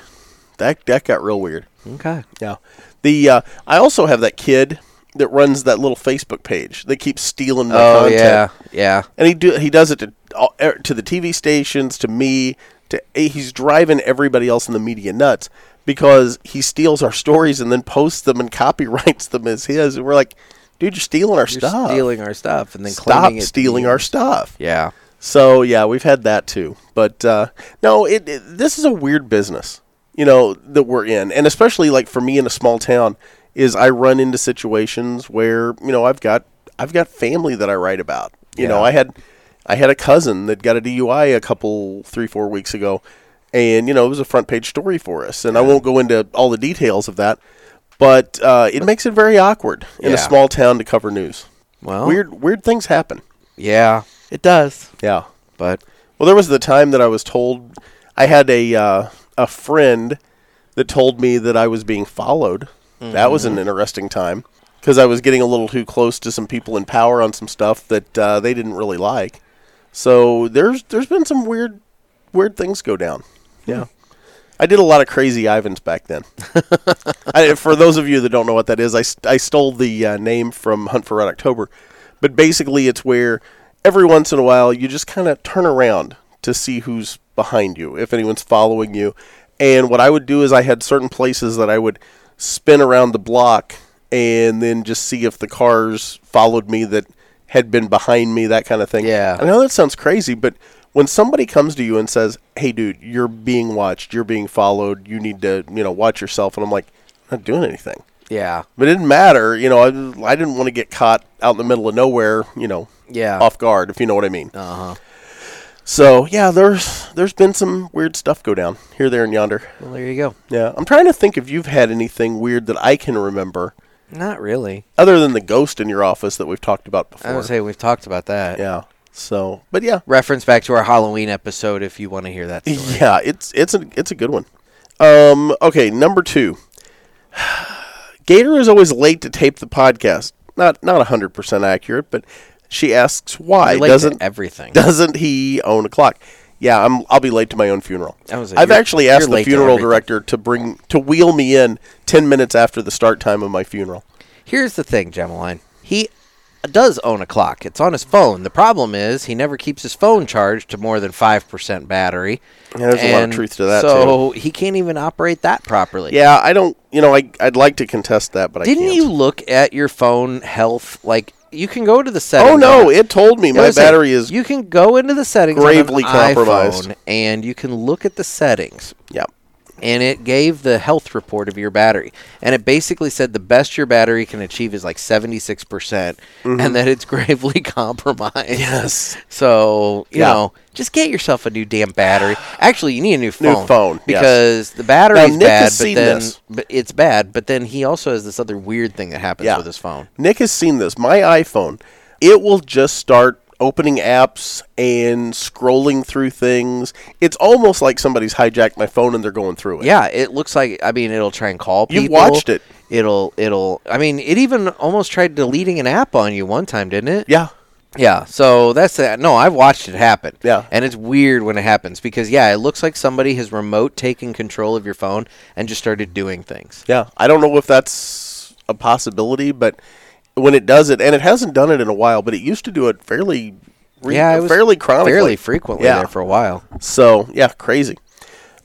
That that got real weird.
Okay.
Yeah. The uh, I also have that kid that runs that little Facebook page that keeps stealing my
Oh
content.
yeah, yeah.
and he do he does it to all- er, to the TV stations, to me, to eh, he's driving everybody else in the media nuts because he steals our stories and then posts them and copyrights them as his. And we're like, dude, you're stealing our
You're
stuff.
stealing our stuff and then
Stop
claiming it to
stealing
you.
our stuff.
Yeah.
So yeah, we've had that too. But uh, no, it, it this is a weird business, you know, that we're in, and especially like for me in a small town, is I run into situations where you know I've got I've got family that I write about. You know,
Yeah.
I had I had a cousin that got a DUI a couple three four weeks ago, and you know it was a front page story for us, and I won't go into all the details of that. But uh, it makes it very awkward in a
Yeah.
small town to cover news.
Well,
Weird, weird things happen.
Yeah, it does.
Yeah.
But
Well, there was the time that I was told I had a uh, a friend that told me that I was being followed. That was an interesting time because I was getting a little too close to some people in power on some stuff that uh, they didn't really like. So there's there's been some weird weird things go down. Yeah. I did a lot of crazy Ivans back then. I, for those of you that don't know what that is, I, st- I stole the uh, name from Hunt for Red October. But basically, it's where every once in a while you just kind of turn around to see who's behind you, if anyone's following you. And what I would do is I had certain places that I would spin around the block and then just see if the cars followed me that had been behind me, that kind of thing.
Yeah.
I know that sounds crazy, but when somebody comes to you and says, "Hey, dude, you're being watched, you're being followed, you need to, you know, watch yourself," and I'm like, "I'm not doing anything,"
yeah,
but it didn't matter, you know. I, I didn't want to get caught out in the middle of nowhere, you know,
Yeah.
off guard, if you know what I mean.
uh huh.
So yeah, there's there's been some weird stuff go down here, there, and yonder.
Well, there you go.
Yeah, I'm trying to think if you've had anything weird that I can remember,
Not really.
other than the ghost in your office that we've talked about
I
before.
would say we've talked about that.
yeah. So, but yeah,
Reference back to our Halloween episode if you want to hear that. Story.
Yeah, it's it's a it's a good one. Um, okay, number two. [SIGHS] Gator is always late to tape the podcast. Not not hundred percent accurate, but she asks why
Relate to
doesn't
everything.
doesn't he own a clock? Yeah, I'm. I'll be late to my own funeral.
I was like,
I've
you're-
actually
you're
asked the
late to
funeral
everything.
director to bring to wheel me in ten minutes after the start time of my funeral.
Here's the thing, Gemeline. He does own a clock. It's on his phone. The problem is he never keeps his phone charged to more than five percent battery.
Yeah, there's a lot of
And
truth to that,
So he can't even operate that properly.
Yeah, I don't. You know, I I'd like to contest that, but I
Didn't
can't.
you look at your phone health? Like you can go to the settings.
Oh
on
no!
it.
It told me
I
my
was saying,
battery is.
You can go into the settings
gravely
on an
compromised.
iPhone and you can look at the settings,
yeah.
and it gave the health report of your battery, and it basically said the best your battery can achieve is like seventy six percent,
Mm-hmm.
and that it's [LAUGHS] gravely compromised.
Yes.
So you
Yeah.
know, just get yourself a new damn battery. Actually, you need a new phone.
New phone, yes.
because the battery's
Nick
bad.
has
But
seen
then,
this.
but it's bad. But then he also has this other weird thing that happens
Yeah.
with his phone.
Nick has seen this. My iPhone, it will just start opening apps and scrolling through things. It's almost like somebody's hijacked my phone and they're going through it.
Yeah, it looks like. I mean, it'll try and call people.
You've watched it.
It'll. It'll. I mean, it even almost tried deleting an app on you one time, didn't it?
Yeah.
Yeah. So that's that. No, I've watched it happen.
Yeah.
And it's weird when it happens because yeah, it looks like somebody has remote taken control of your phone and just started doing things.
Yeah. I don't know if that's a possibility, but when it does it, and it hasn't done it in a while, but it used to do it fairly, re-
yeah, it was
fairly chronically,
fairly frequently
Yeah.
there for a while.
So, yeah, crazy.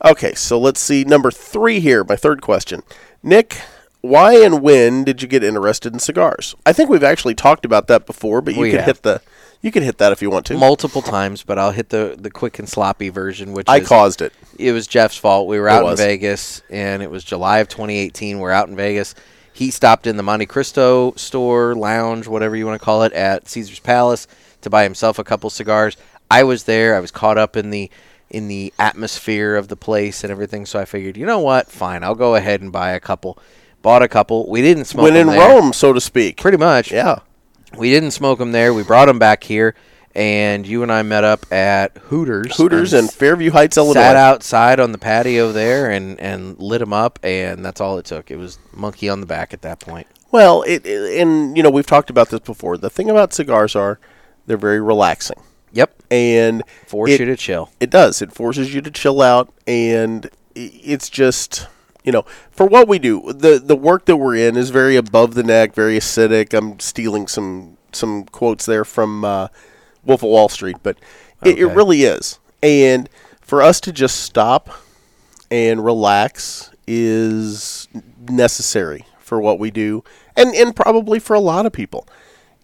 Okay, so let's see. Number three here, my third question. Nick, why and when did you get interested in cigars? I think we've actually talked about that before, but you
We
can
have.
hit the you can hit that if you want to.
multiple times, but I'll hit the the quick and sloppy version, which
I
is,
caused it.
It was Jeff's fault. We were out in
was.
Vegas, and it was July of 2018. We're out in Vegas. He stopped in the Monte Cristo store, lounge, whatever you want to call it, at Caesar's Palace to buy himself a couple cigars. I was there. I was caught up in the in the atmosphere of the place and everything. So I figured, you know what? Fine, I'll go ahead and buy a couple. Bought a couple. We didn't smoke.
When
them
in
there.
Rome, so to speak.
pretty much.
yeah.
We didn't smoke them there. We brought them back here, and you and I met up at Hooters.
Hooters and Fairview Heights, Illinois.
sat outside on the patio there and and lit them up, and that's all it took. It was monkey on the back at that point.
Well, it, it- and you know we've talked about this before. The thing about cigars are they're very relaxing,
Yep,
and
force
it,
you to chill.
it does. It forces you to chill out, and i- it's just you know for what we do. the The work that we're in is very above the neck, very acidic. I'm stealing some some quotes there from uh, Wolf of Wall Street, but it, it
Okay.
really is. And for us to just stop and relax is necessary for what we do, and and probably for a lot of people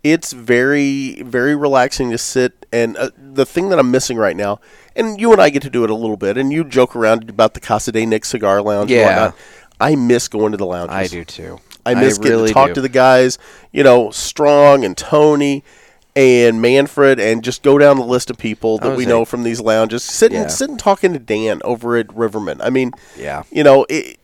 it's very very relaxing to sit and uh, the thing that I'm missing right now, and you and I get to do it a little bit, and you joke around about the Casa de Nick Cigar Lounge. and
Yeah.
whatnot. I miss going to the lounges.
I do too.
I miss getting
really
to talk
do.
to the guys, you know, Strong and Tony and Manfred, and just go down the list of people that
was
we
a-
know from these lounges. Sitting
Yeah.
sitting talking to Dan over at Riverman. I mean,
Yeah.
you know it.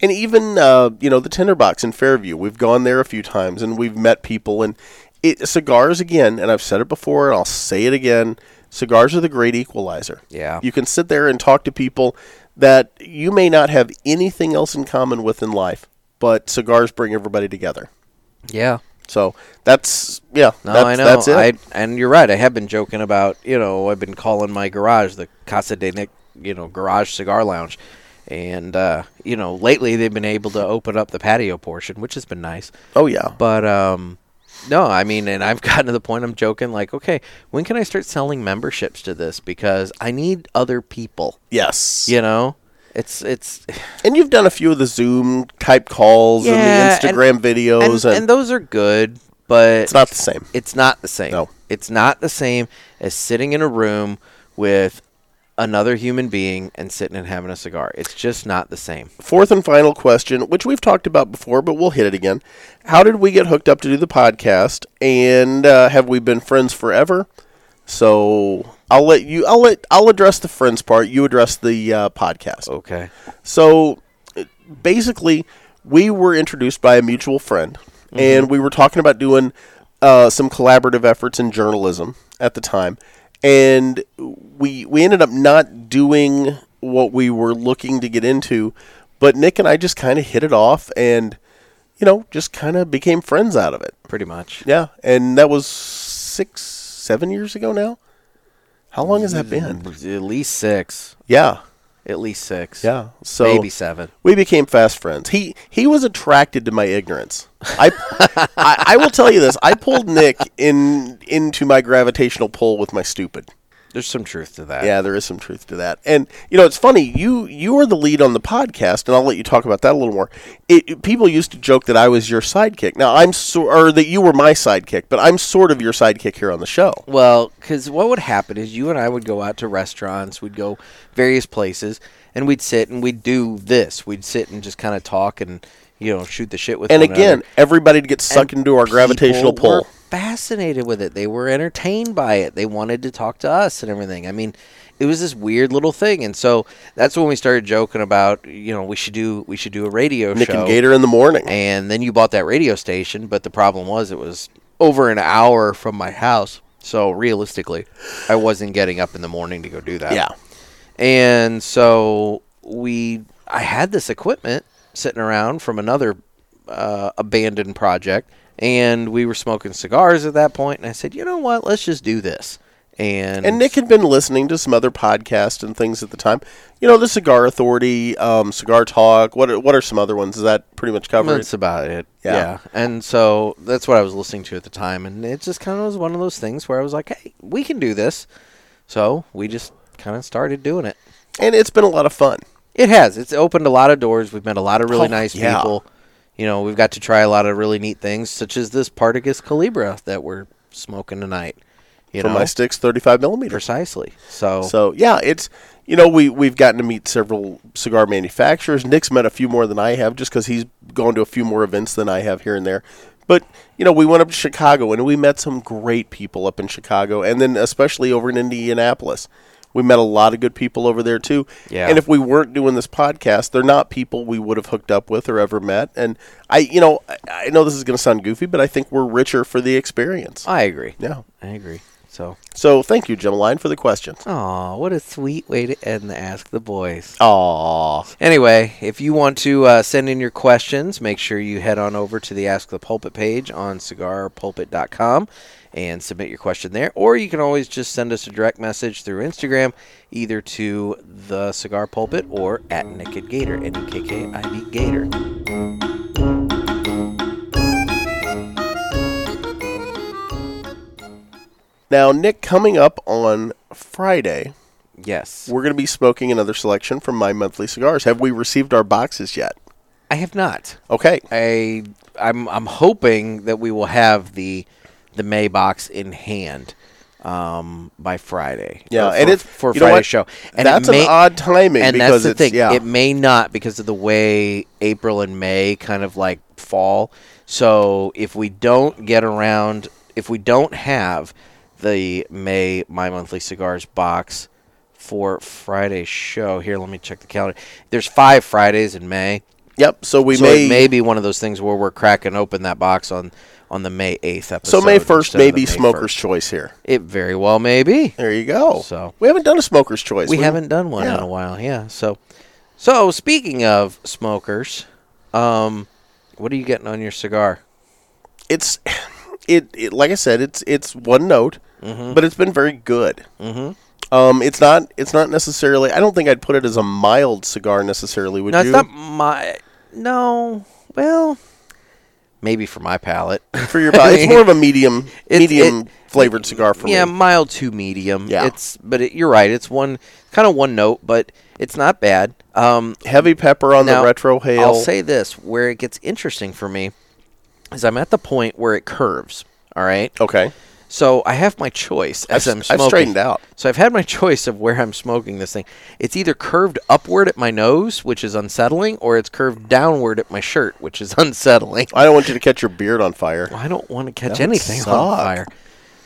And even uh, you know the Tinderbox in Fairview, we've gone there a few times and we've met people and it cigars again. And I've said it before and I'll say it again. Cigars are the great equalizer.
Yeah.
you can sit there and talk to people that you may not have anything else in common with in life, but cigars bring everybody together.
Yeah.
So that's yeah.
No,
that's,
I know.
That's it.
I and you're right. I have been joking about you know I've been calling my garage the Casa de Nick you know garage cigar lounge, and uh, you know lately they've been able to open up the patio portion, which has been nice.
oh yeah.
But um, no, I mean, and I've [LAUGHS] gotten to the point I'm joking like, okay, when can I start selling memberships to this because I need other people.
yes.
You know, it's it's
And you've done a few of the Zoom type calls
Yeah,
and the
and-
Instagram videos, and,
and, and those are good, but
it's not the same.
It's not the same.
No.
It's not the same as sitting in a room with another human being and sitting and having a cigar. It's just not the same.
fourth and final question, which we've talked about before, but we'll hit it again. How did we get hooked up to do the podcast? And uh, have we been friends forever? So I'll let you. I'll let. I'll address the friends part. You address the uh, podcast.
Okay.
So uh, basically, we were introduced by a mutual friend, and we were talking about doing uh, some collaborative efforts in journalism at the time, and we we ended up not doing what we were looking to get into, but Nick and I just kind of hit it off, and you know, just kind of became friends out of it.
Pretty much.
Yeah, and that was six, seven years ago now. How long has that been?
At least six.
Yeah,
At least six.
yeah. So
Maybe seven.
we became fast friends. He he was attracted to my ignorance. I, I I will tell you this. I pulled Nick in into my gravitational pull with my stupid.
There's some truth to that.
Yeah, there is some truth to that. And you know, it's funny. You you are the lead on the podcast, and I'll let you talk about that a little more. It, it- people used to joke that I was your sidekick. Now I'm so, or that you were my sidekick, but I'm sort of your sidekick here on the show.
Well, because what would happen is you and I would go out to restaurants, we'd go various places, and we'd sit and we'd do this. We'd sit and just kind of talk and you know shoot the shit with.
And
one another.
again, everybody gets sucked into our gravitational
people were
pull.
fascinated with it. They were entertained by it. They wanted to talk to us and everything. I mean, it was this weird little thing, and so that's when we started joking about you know we should do we should do a radio
Nick
show.
and Gator in the morning.
And then you bought that radio station, but the problem was it was over an hour from my house. So realistically, I wasn't getting up in the morning to go do that.
yeah.
And so we, I had this equipment sitting around from another uh, abandoned project, and we were smoking cigars at that point. And I said, you know what? Let's just do this. And,
And Nick had been listening to some other podcasts and things at the time. You know, the Cigar Authority, um, Cigar Talk. What are, what are some other ones? Does that pretty much cover it?
that's about it.
Yeah.
Yeah. And so that's what I was listening to at the time, and it just kind of was one of those things where I was like, hey, we can do this. So we just kind of started doing it.
And it's been a lot of fun.
It has. It's opened a lot of doors. We've met a lot of really
Oh,
nice
yeah.
people. You know, we've got to try a lot of really neat things, such as this Partagas Calibra that we're smoking tonight. You
for
know,
my sticks, thirty-five millimeter.
precisely. So,
So yeah, it's you know we we've gotten to meet several cigar manufacturers. Nick's met a few more than I have, just because he's gone to a few more events than I have here and there. But you know, we went up to Chicago and we met some great people up in Chicago, and then especially over in Indianapolis, we met a lot of good people over there too.
Yeah.
And if we weren't doing this podcast, they're not people we would have hooked up with or ever met. And I, you know, I, I know this is going to sound goofy, but I think we're richer for the experience.
I agree.
yeah.
I agree. So,
So thank you, Jim Line, for the questions.
oh, what a sweet way to end the Ask the Boys.
Aw.
Anyway, if you want to uh, send in your questions, make sure you head on over to the Ask the Pulpit page on cigarpulpit.com and submit your question there. Or you can always just send us a direct message through Instagram, either to the Cigar Pulpit or at Naked Gator, E N-U-K-K-I-D Gator.
Now, Nick, coming up on Friday,
Yes.
we're going to be smoking another selection from My Monthly Cigars. Have we received our boxes yet?
I have not.
Okay.
I I'm I'm hoping that we will have the the May box in hand um, by Friday.
Yeah,
Or for,
and it's-
for
you know
Friday's
what?
show. And it
that's
may-
an odd timing
And
because
that's the
it's
thing.
yeah.
It may not because of the way April and May kind of like fall. So if we don't get around, if we don't have the May My Monthly Cigars box for Friday's show, here let me check the calendar. There's five Fridays in May
yep. So we
so
may,
it may be one of those things where we're cracking open that box on on the May eighth
so
episode.
May first
instead
may
of the
be smoker's
1st.
choice here.
It very well may be.
There you go.
So-
we haven't done a smoker's choice.
We haven't done one in
yeah.
a while. Yeah. So, so speaking of smokers, um, what are you getting on your cigar?
It's [SIGHS] it, it like I said. It's it's one note,
Mm-hmm.
but it's been very good. Mm-hmm. Um, it's not it's not necessarily. I don't think I'd put it as a mild cigar necessarily. Would
No,
you?
it's not my. No. Well, maybe for my
[LAUGHS]
palate. [LAUGHS]
for your body. It's more of a medium
It's-
medium
it-
flavored cigar for
yeah,
me.
mild to medium.
Yeah.
It's but it, you're right. It's one kind of one note, but it's not bad. Um,
Heavy pepper on
Now,
the retro hail.
I'll say this: where it gets interesting for me is I'm at the point where it curves. All right,
okay.
so I have my choice as i
I've,
am
I've
smoking.
straightened out.
So I've had my [LAUGHS] choice of where I'm smoking this thing. It's either curved upward at my nose, which is unsettling, or it's curved downward at my shirt, which is [LAUGHS] unsettling.
I don't want you to catch your beard on fire.
I don't want to catch
That would
anything on
suck.
fire.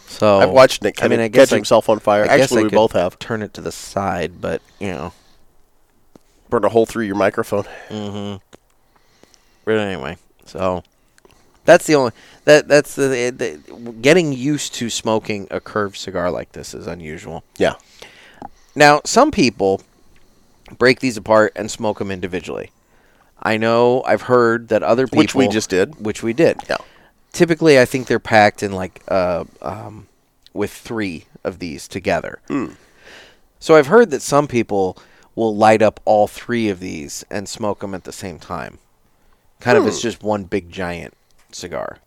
So
I've watched Nick. I mean, catch
I-
himself on
I
fire.
guess
Actually,
I
we
could
both have
Turn it to the side, but you know.
burned a hole through your microphone.
But anyway, so that's the only that that's the, the getting used to smoking a curved cigar like this is unusual.
Yeah.
Now, some people break these apart and smoke them individually. I know I've heard that other people
Which we just did.
which we did.
Yeah.
Typically, I think they're packed in like uh um with 3 of these together.
Hmm.
So I've heard that some people will light up all 3 of these and smoke them at the same time. Kind of
Hmm.
it's just one big giant cigar.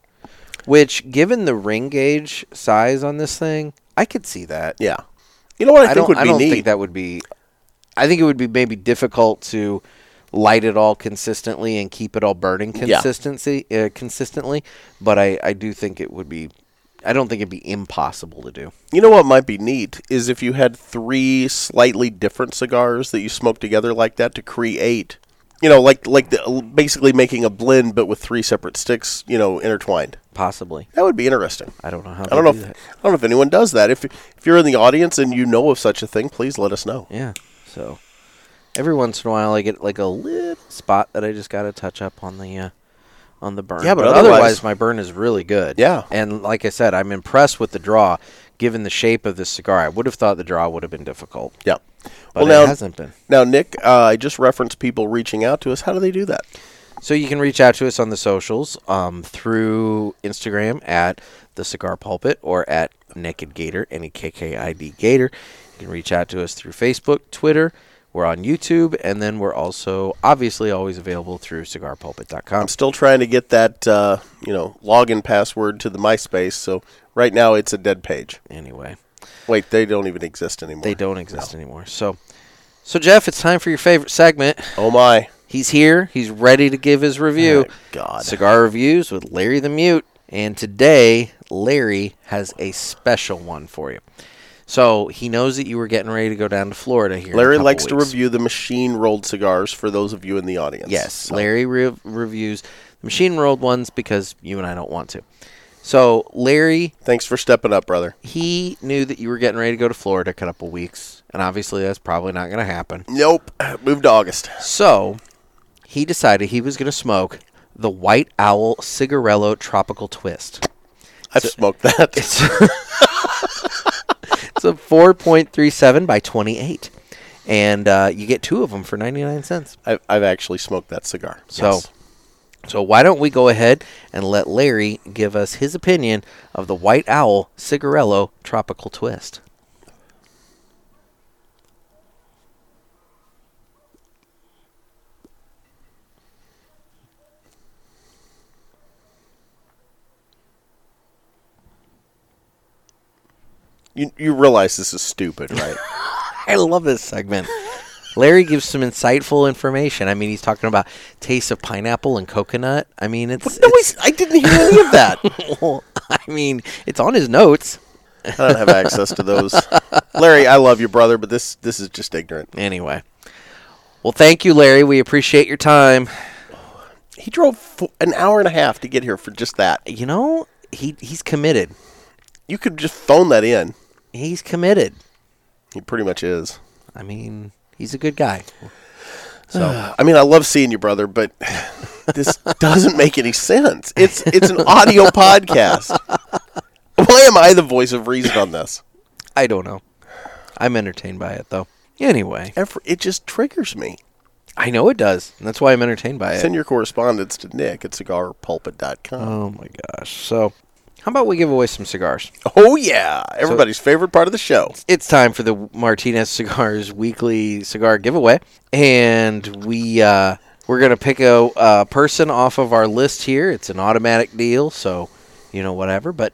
Which given the ring gauge size on this thing, I could see that.
Yeah. You know what I,
I
think
don't.
would be
I don't
neat.
think that would be. I think it would be maybe difficult to light it all consistently and keep it all burning
Yeah.
consistency uh, consistently. But I, I do think it would be. I don't think it'd be impossible to do.
you know what might be neat is if you had three slightly different cigars that you smoked together like that to create, you know, like like the, basically making a blend but with three separate sticks, you know, intertwined.
Possibly.
That would be interesting.
I don't know how.
I don't know.
they do
If,
that.
I don't know if anyone does that. If if you're in the audience and you know of such a thing, please let us know.
Yeah. So every once in a while, I get like a little spot that I just got to touch up on the. Uh, on the burn,
Yeah, but
otherwise,
otherwise-
my burn is really good.
Yeah.
and like I said, I'm impressed with the draw, given the shape of this cigar. I would have thought the draw would have been difficult.
Yeah. well,
But it
now
hasn't been.
Now, Nick, uh, I just referenced people reaching out to us. How do they do that?
So you can reach out to us on the socials um, through Instagram at the Cigar Pulpit or at Naked Gator, N E K K I D Gator. You can reach out to us through Facebook, Twitter. We're on YouTube, and then we're also obviously always available through cigarpulpit.com.
I'm still trying to get that uh, you know login password to the MySpace. So right now it's a dead page.
Anyway,
Wait, they don't even exist anymore.
they don't exist anymore. So, so Jeff, it's time for your favorite segment.
Oh my!
He's here. He's ready to give his review.
Oh, God.
Cigar reviews with Larry the Mute. And today, Larry has a special one for you. So he knows that you were getting ready to go down to Florida here. in a
Larry
couple
likes to
weeks.
review the machine rolled cigars for those of you in the audience.
Yes,
So-
Larry re- reviews the machine rolled ones because you and I don't want to. So Larry,
Thanks for stepping up, brother.
he knew that you were getting ready to go to Florida a couple weeks, and obviously that's probably not going to happen.
Nope. Move to August.
So he decided he was going to smoke the White Owl Cigarello Tropical Twist.
I've smoked that. [LAUGHS]
It's, [LAUGHS] it's a 4.37 by 28, and uh, you get two of them for 99 cents.
I've, I've actually smoked that cigar.
So,
Yes.
so why don't we go ahead and let Larry give us his opinion of the White Owl Cigarello Tropical Twist?
you, you realize this is stupid, right?
I love this segment. Larry gives some insightful information. I mean, he's talking about taste of pineapple and coconut. I mean, it's,
no,
it's-
I didn't hear any of that.
[LAUGHS] well, I mean, it's on his notes.
I don't have access to those. Larry, I love you, brother, but this this is just ignorant.
Anyway, well, thank you, Larry. We appreciate your time.
He drove fo- an hour and a half to get here for just that.
You know, he he's committed.
You could just phone that in.
He's committed.
He pretty much is.
I mean, he's a good guy.
So I mean, I love seeing you, brother, but [LAUGHS] this doesn't make any sense. It's it's an audio podcast. Why am I the voice of reason on this?
I don't know. I'm entertained by it though. Anyway,
Every, it just triggers me.
I know it does. and that's why I'm entertained by it.
Send your correspondence to Nick at cigarpulpit.com.
Oh my gosh. So, how about we give away some cigars?
Oh yeah, everybody's favorite part of the show.
It's time for the Martinez Cigars [LAUGHS] weekly cigar giveaway, and we uh, we're gonna pick a, uh person off of our list here. It's an automatic deal, so you know whatever. But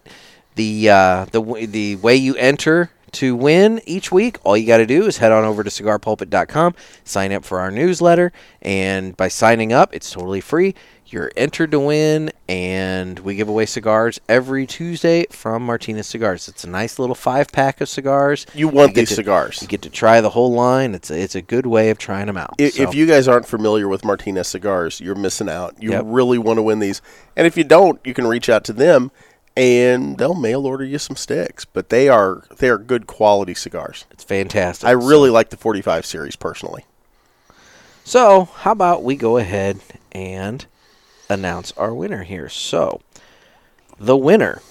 the uh, the w- the way you enter to win each week, all you got to do is head on over to cigarpulpit.com, sign up for our newsletter, and by signing up, it's totally free. You're entered to win, and we give away cigars every Tuesday from Martinez Cigars. It's a nice little five pack of cigars.
You want
get
these
to-
cigars.
You get to try the whole line. It's a, it's a good way of trying them out.
I- If,
So,
you guys aren't familiar with Martinez cigars, you're missing out. You
Yep.
really want to win these, and if you don't, you can reach out to them, and they'll mail order you some sticks. But they are they are good quality cigars.
it's fantastic.
I really like the 45 series personally.
So, how about we go ahead and announce our winner here? So, the winner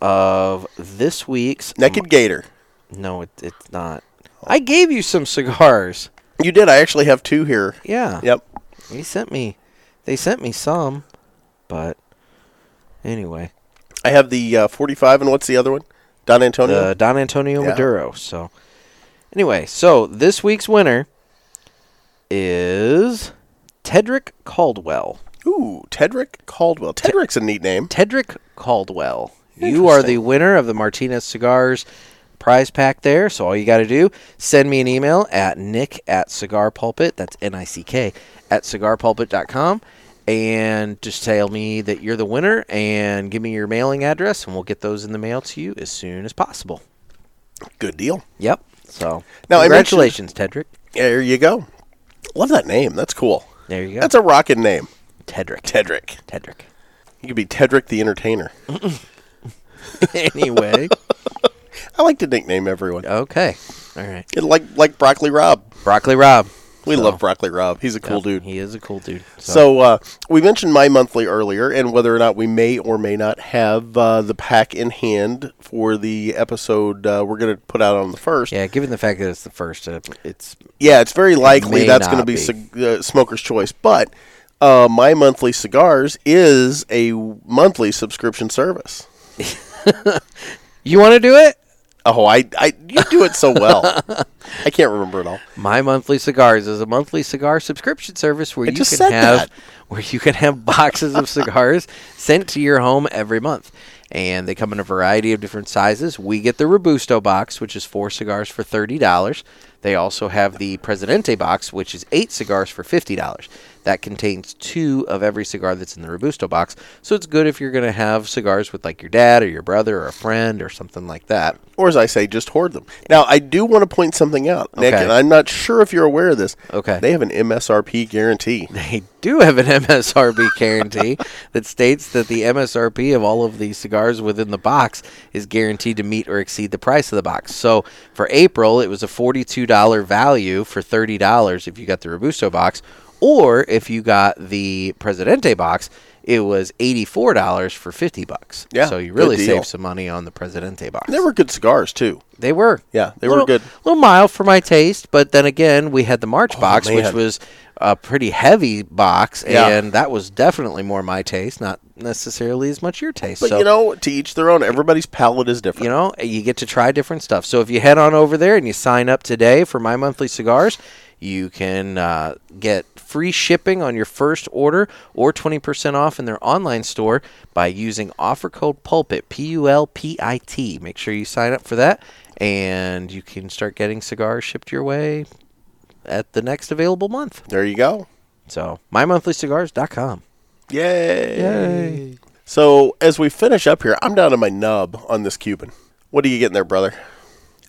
of this week's
Naked Gator.
no, it, it's not. I gave you some cigars.
You did. I actually have two here.
Yeah.
Yep.
He sent me. They sent me some, but anyway,
I have the uh, 45, and what's the other one? Don Antonio.
the Don Antonio
Yeah.
Maduro. So, anyway, so this week's winner is Tedrick Caldwell.
Ooh, Tedrick Caldwell. Tedrick's a neat name.
Tedrick Caldwell. You are the winner of the Martinez Cigars prize pack there. So all you got to do, send me an email at nick at cigarpulpit, that's N-I-C-K, at cigarpulpit.com, and just tell me that you're the winner and give me your mailing address, and we'll get those in the mail to you as soon as possible.
Good deal.
Yep. So
Now, I mentioned-
congratulations, Tedrick.
There you go. Love that name. That's cool.
There you go.
That's a rockin' name.
Tedrick.
Tedrick.
Tedrick. [LAUGHS]
You could be Tedrick the Entertainer.
anyway.
I like to nickname everyone.
Okay. All right.
It- Like like Broccoli Rob.
Broccoli Rob.
We love Broccoli Rob. He's a cool dude.
He is a cool dude. So,
So uh, we mentioned my monthly earlier, and whether or not we may or may not have uh, the pack in hand for the episode uh, we're going to put out on the first.
yeah, given the fact that it's the first, uh, it's
Yeah, it's very likely
may
that's going to
not
be,
be.
cig- uh, smoker's choice. But uh, my monthly cigars is a monthly subscription service.
You want to do it?
Oh, I, I you do it so
[LAUGHS]
well. I can't remember it all.
My monthly cigars is a monthly cigar subscription service where you
just
can
said
have
that.
[LAUGHS] where you can have boxes of cigars sent to your home every month. And they come in a variety of different sizes. We get the Robusto box, which is four cigars for thirty dollars. They also have the Presidente box, which is eight cigars for $50. That contains two of every cigar that's in the Robusto box. So it's good if you're going to have cigars with like your dad or your brother or a friend or something like that.
Or as I say, just hoard them. Now, I do want to point something out, Nick,
Okay.
and I'm not sure if you're aware of this.
Okay.
They have an MSRP guarantee.
They do have an [LAUGHS] MSRP guarantee that states that the MSRP of all of the cigars within the box is guaranteed to meet or exceed the price of the box. So for April, it was a $42 value for $30 if you got the Robusto box, or if you got the Presidente box, it was $84 for 50 bucks.
Yeah,
So you really
good deal.
saved some money on the Presidente box.
They were good cigars, too.
They were.
Yeah, they were
little,
good. Oh,
little mild for my taste, but then again, we had the March box, which
man.
was a pretty heavy box,
Yeah.
and that was definitely more my taste, not necessarily as much your taste.
But,
so,
you know, to each their own. Everybody's palate is different.
you know, you get to try different stuff. So if you head on over there and you sign up today for my monthly cigars, you can uh, get free shipping on your first order or 20% off in their online store by using offer code pulpit p-u-l-p-i-t make sure you sign up for that and you can start getting cigars shipped your way at the next available month
There you go.
so mymonthlycigars.com
Yay. So, as we finish up here, I'm down to my nub on this Cuban. What are you getting there, brother?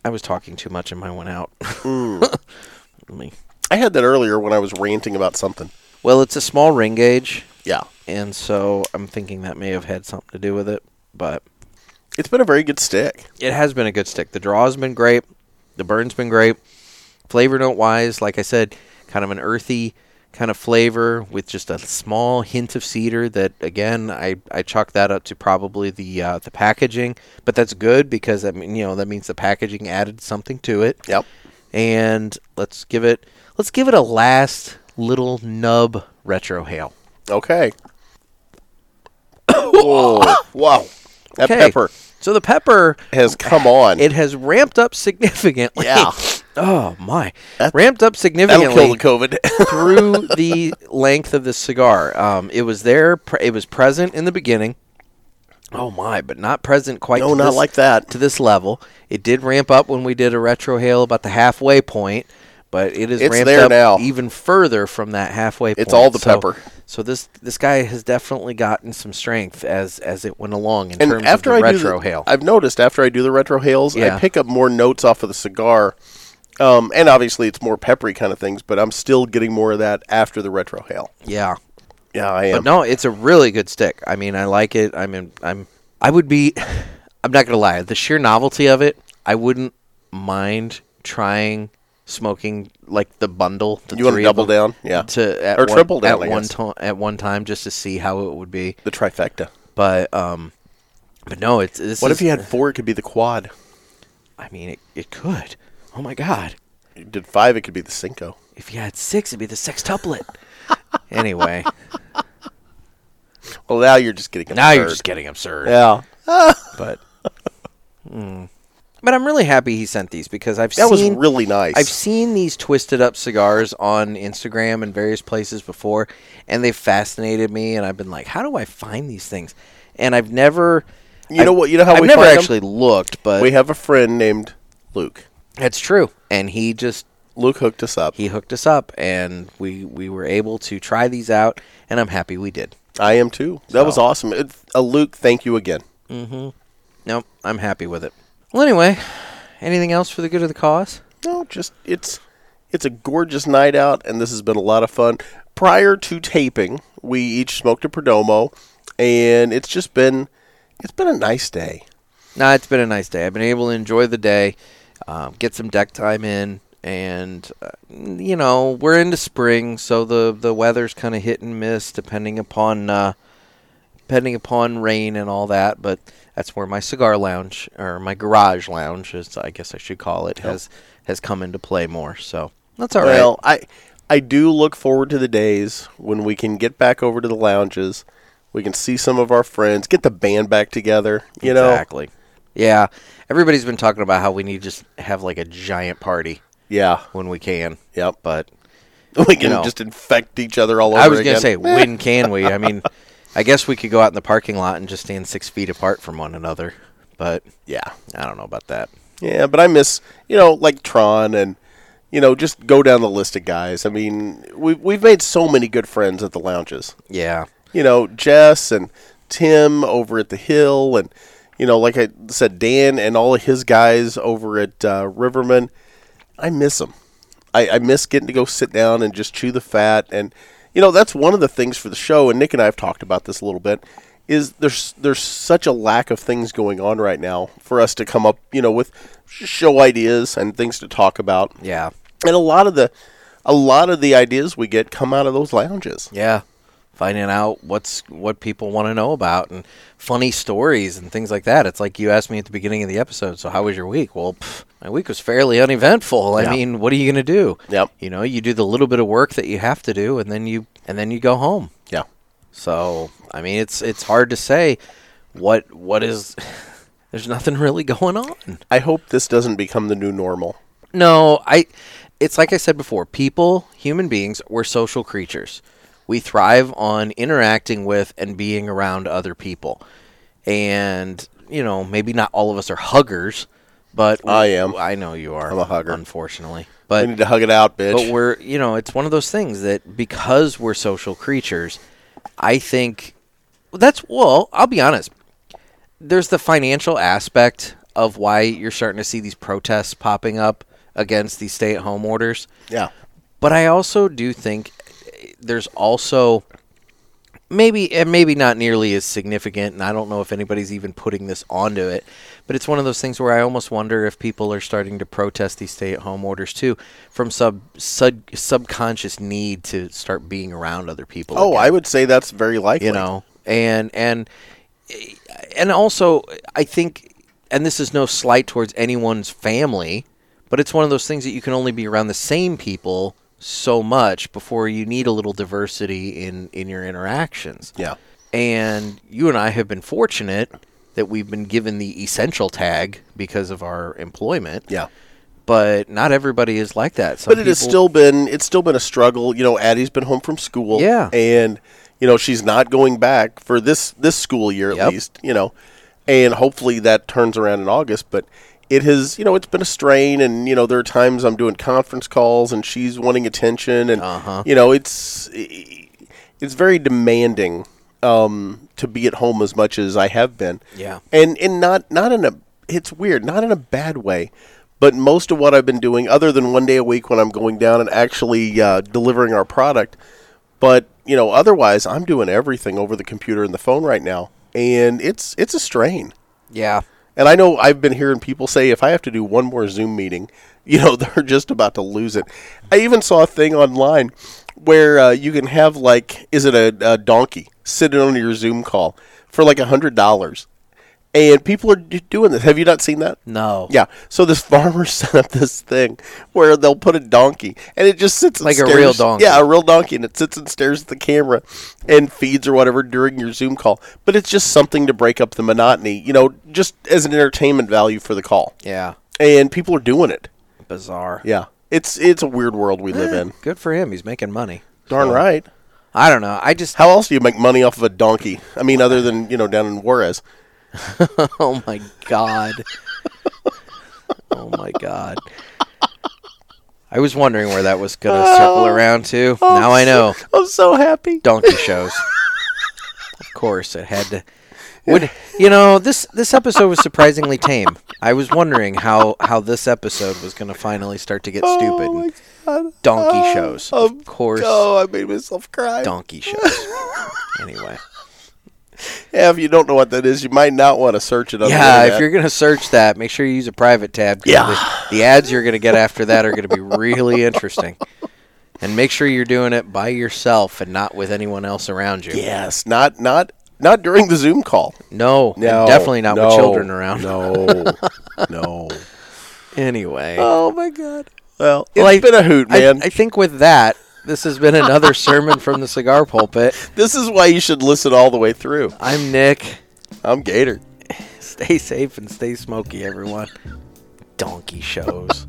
i was talking too much and mine went out [LAUGHS] Let me-
I had that earlier when I was ranting about something.
well it's a small ring gauge
Yeah.
and so I'm thinking that may have had something to do with it. But
It's been a very good stick.
it has been a good stick. The draw's been great. The burn's been great. Flavor note wise, like I said, kind of an earthy kind of flavor with just a small hint of cedar. That again, I I chalk that up to probably the uh, the packaging, but that's good because I mean you know that means the packaging added something to it.
Yep.
And let's give it let's give it a last little nub retro hail. [COUGHS]
Okay. Whoa. [COUGHS] Wow. That
Okay.
pepper
So the pepper
has come on.
It has ramped up significantly.
Yeah.
[LAUGHS] oh my.
That-
ramped up
That'll
significantly
kill the
[LAUGHS]
[LAUGHS] COVID.
through the length of the cigar. Um, it was there. Pre- it was present in the beginning. Oh my, but not present quite.
no,
to
not
this,
like that.
to this level. It did ramp up when we did a retro hail about the halfway point, but it is
It's
ramped
there
up
now.
even further from that halfway point.
It's all the
So-
pepper.
So this this guy has definitely gotten some strength as as it went along in
And
terms
after
of
I
the
do
retro
the,
hail.
I've noticed after I do the retro hails,
Yeah.
I pick up more notes off of the cigar. Um, and obviously it's more peppery kind of things, but I'm still getting more of that after the retro hail.
yeah.
Yeah, I am.
But no, it's a really good stick. I mean, I like it. I mean, I'm I would be [SIGHS] I'm not going to lie. The sheer novelty of it, I wouldn't mind trying smoking like the bundle. The
you want to
three of
double
them,
down? Yeah.
To at
Or
one,
triple down,
at
I
one
guess.
time at one time just to see how it would be.
the trifecta.
But um but no, it's this
What
is,
if you had four? It could be the quad.
I mean, it, it could. Oh my god.
You did five? It could be the cinco.
If you had 6, it'd be
[LAUGHS]
the sextuplet. anyway,
Well, now you're just getting.
now you're
absurd.
just getting absurd.
Yeah.
but Mm. but I'm really happy he sent these because I've
That was
seen
really nice.
I've seen these twisted up cigars on Instagram and various places before, and they've fascinated me. And I've been like, how do I find these things? And I've never,
You know what? You know how
I've
we
never
find 'em?
actually looked, but
We have a friend named Luke.
that's true. And he just
Luke hooked us up.
he hooked us up, and we we were able to try these out, and I'm happy we did.
I am too. That was
So.
awesome. It, uh, Luke, thank you again.
Nope, I'm happy with it. Well, anyway, anything else for the good of the cause?
No, just it's it's a gorgeous night out, and this has been a lot of fun. Prior to taping, we each smoked a Perdomo, and it's just been it's been a nice day.
Nah, it's been a nice day. I've been able to enjoy the day, um, get some deck time in, and uh, you know we're into spring, so the the weather's kind of hit and miss depending upon uh, depending upon rain and all that. But that's where my cigar lounge or my garage lounge, as I guess I should call it, has has come into play more. So that's all right.
well, I I do look forward to the days when we can get back over to the lounges. We can see some of our friends, get the band back together. You know,
exactly. Yeah, everybody's been talking about how we need to just have like a giant party
yeah,
when we can,
yep. [LAUGHS]
but.
We can
know.
just infect each other all over.
I was
again. Eh.
gonna say, when can we? I mean, I guess we could go out in the parking lot and just stand six feet apart from one another, but
yeah,
I don't know about that.
yeah, but I miss you know like Tron and you know, just go down the list of guys. I mean, we've we've made so many good friends at the lounges.
Yeah.
You know, Jess and Tim over at the Hill, and you know, like I said, Dan and all of his guys over at uh, Riverman. I miss them. I, I miss getting to go sit down and just chew the fat, and you know, that's one of the things for the show. And Nick and I have talked about this a little bit. Is there's there's such a lack of things going on right now for us to come up, you know, with show ideas and things to talk about
Yeah.
and a lot of the a lot of the ideas we get come out of those lounges
Yeah. Finding out what's what people want to know about and funny stories and things like that. It's like you asked me at the beginning of the episode, so how was your week? Well, pff, my week was fairly uneventful. I
Yeah.
mean, what are you going to do?
Yep.
You know, you do the little bit of work that you have to do and then you and then you go home.
yeah
So, I mean, it's it's hard to say what what is [LAUGHS] there's nothing really going on.
i hope this doesn't become the new normal
No, I. It's like I said before. People, human beings, we're social creatures. We thrive on interacting with and being around other people. And you know, maybe not all of us are huggers, but we-
I am.
I know you are.
I'm a hugger.
unfortunately.
we
But
need to hug it out bitch
but we're you know it's one of those things that because we're social creatures i think that's well i'll be honest there's the financial aspect of why you're starting to see these protests popping up against these stay-at-home orders
yeah
but I also do think eh, there's also maybe and maybe not nearly as significant, and I don't know if anybody's even putting this onto it, but it's one of those things where I almost wonder if people are starting to protest these stay-at-home orders too, from sub, sub subconscious need to start being around other people.
oh
again
i would say that's very likely
you know and and and also i think and this is no slight towards anyone's family but it's one of those things that you can only be around the same people so much before you need a little diversity in in your interactions
yeah
and you and i have been fortunate that we've been given the essential tag because of our employment
yeah
but not everybody is like that Some
but it has
people-
still been it's still been a struggle you know addie's been home from school
Yeah.
and you know she's not going back for this this school year at
Yep.
least you know and hopefully that turns around in august but it has you know it's been a strain and you know there are times i'm doing conference calls and she's wanting attention and
Uh-huh.
you know it's it's very demanding um, to be at home as much as i have been
Yeah.
and and not not in a it's weird not in a bad way but most of what i've been doing other than one day a week when i'm going down and actually uh, delivering our product but you know otherwise i'm doing everything over the computer and the phone right now and it's it's a strain
yeah
and i know i've been hearing people say if i have to do one more zoom meeting [LAUGHS] you know they're just about to lose it i even saw a thing online where uh, you can have like is it a, a donkey sitting on your zoom call for like a hundred dollars and people are d- doing this. Have you not seen that?
no
Yeah. So this [LAUGHS] farmer set up this thing where they'll put a donkey, and it just sits and
Like a
stares-
real donkey.
Yeah, a real donkey, and it sits and stares at the camera, and feeds or whatever during your Zoom call. But it's just something to break up the monotony, you know, just as an entertainment value for the call.
yeah
And people are doing it.
bizarre
Yeah. It's it's a weird world we live
[GASPS]
in.
good for him he's making money
Darn right.
I don't know. I just [LAUGHS]
How else do you make money off of a donkey? I mean, other than you know down in Juarez.
oh my god. oh my god. I was wondering where that was gonna circle around to. now I
[LAUGHS]
know.
Oh. I'm so happy.
Donkey shows. of course it had to would you know, this this episode was surprisingly tame. I was wondering how how this episode was gonna finally start to get stupid.
Oh my God.
Donkey
Oh,
shows.
of
Of course
Oh, I made myself cry.
donkey shows. anyway.
Yeah, if you don't know what that is, you might not want to search it on the
Yeah,
internet.
if you're gonna search that, make sure you use a private tab. 'cause
Yeah.
the, the ads you're gonna get after that are gonna be
[LAUGHS]
really interesting. And make sure you're doing it by yourself and not with anyone else around you.
yes, not not not during the Zoom call.
No, and
No,
definitely not
no,
with children around. [LAUGHS]
No, no.
Anyway,
Oh my God. Well, it's
Well, I-
been a hoot,
I,
man.
I think with that, this has been another sermon from the cigar pulpit.
this is why you should listen all the way through.
I'm Nick.
I'm Gator.
Stay safe and stay smoky, everyone. Donkey shows.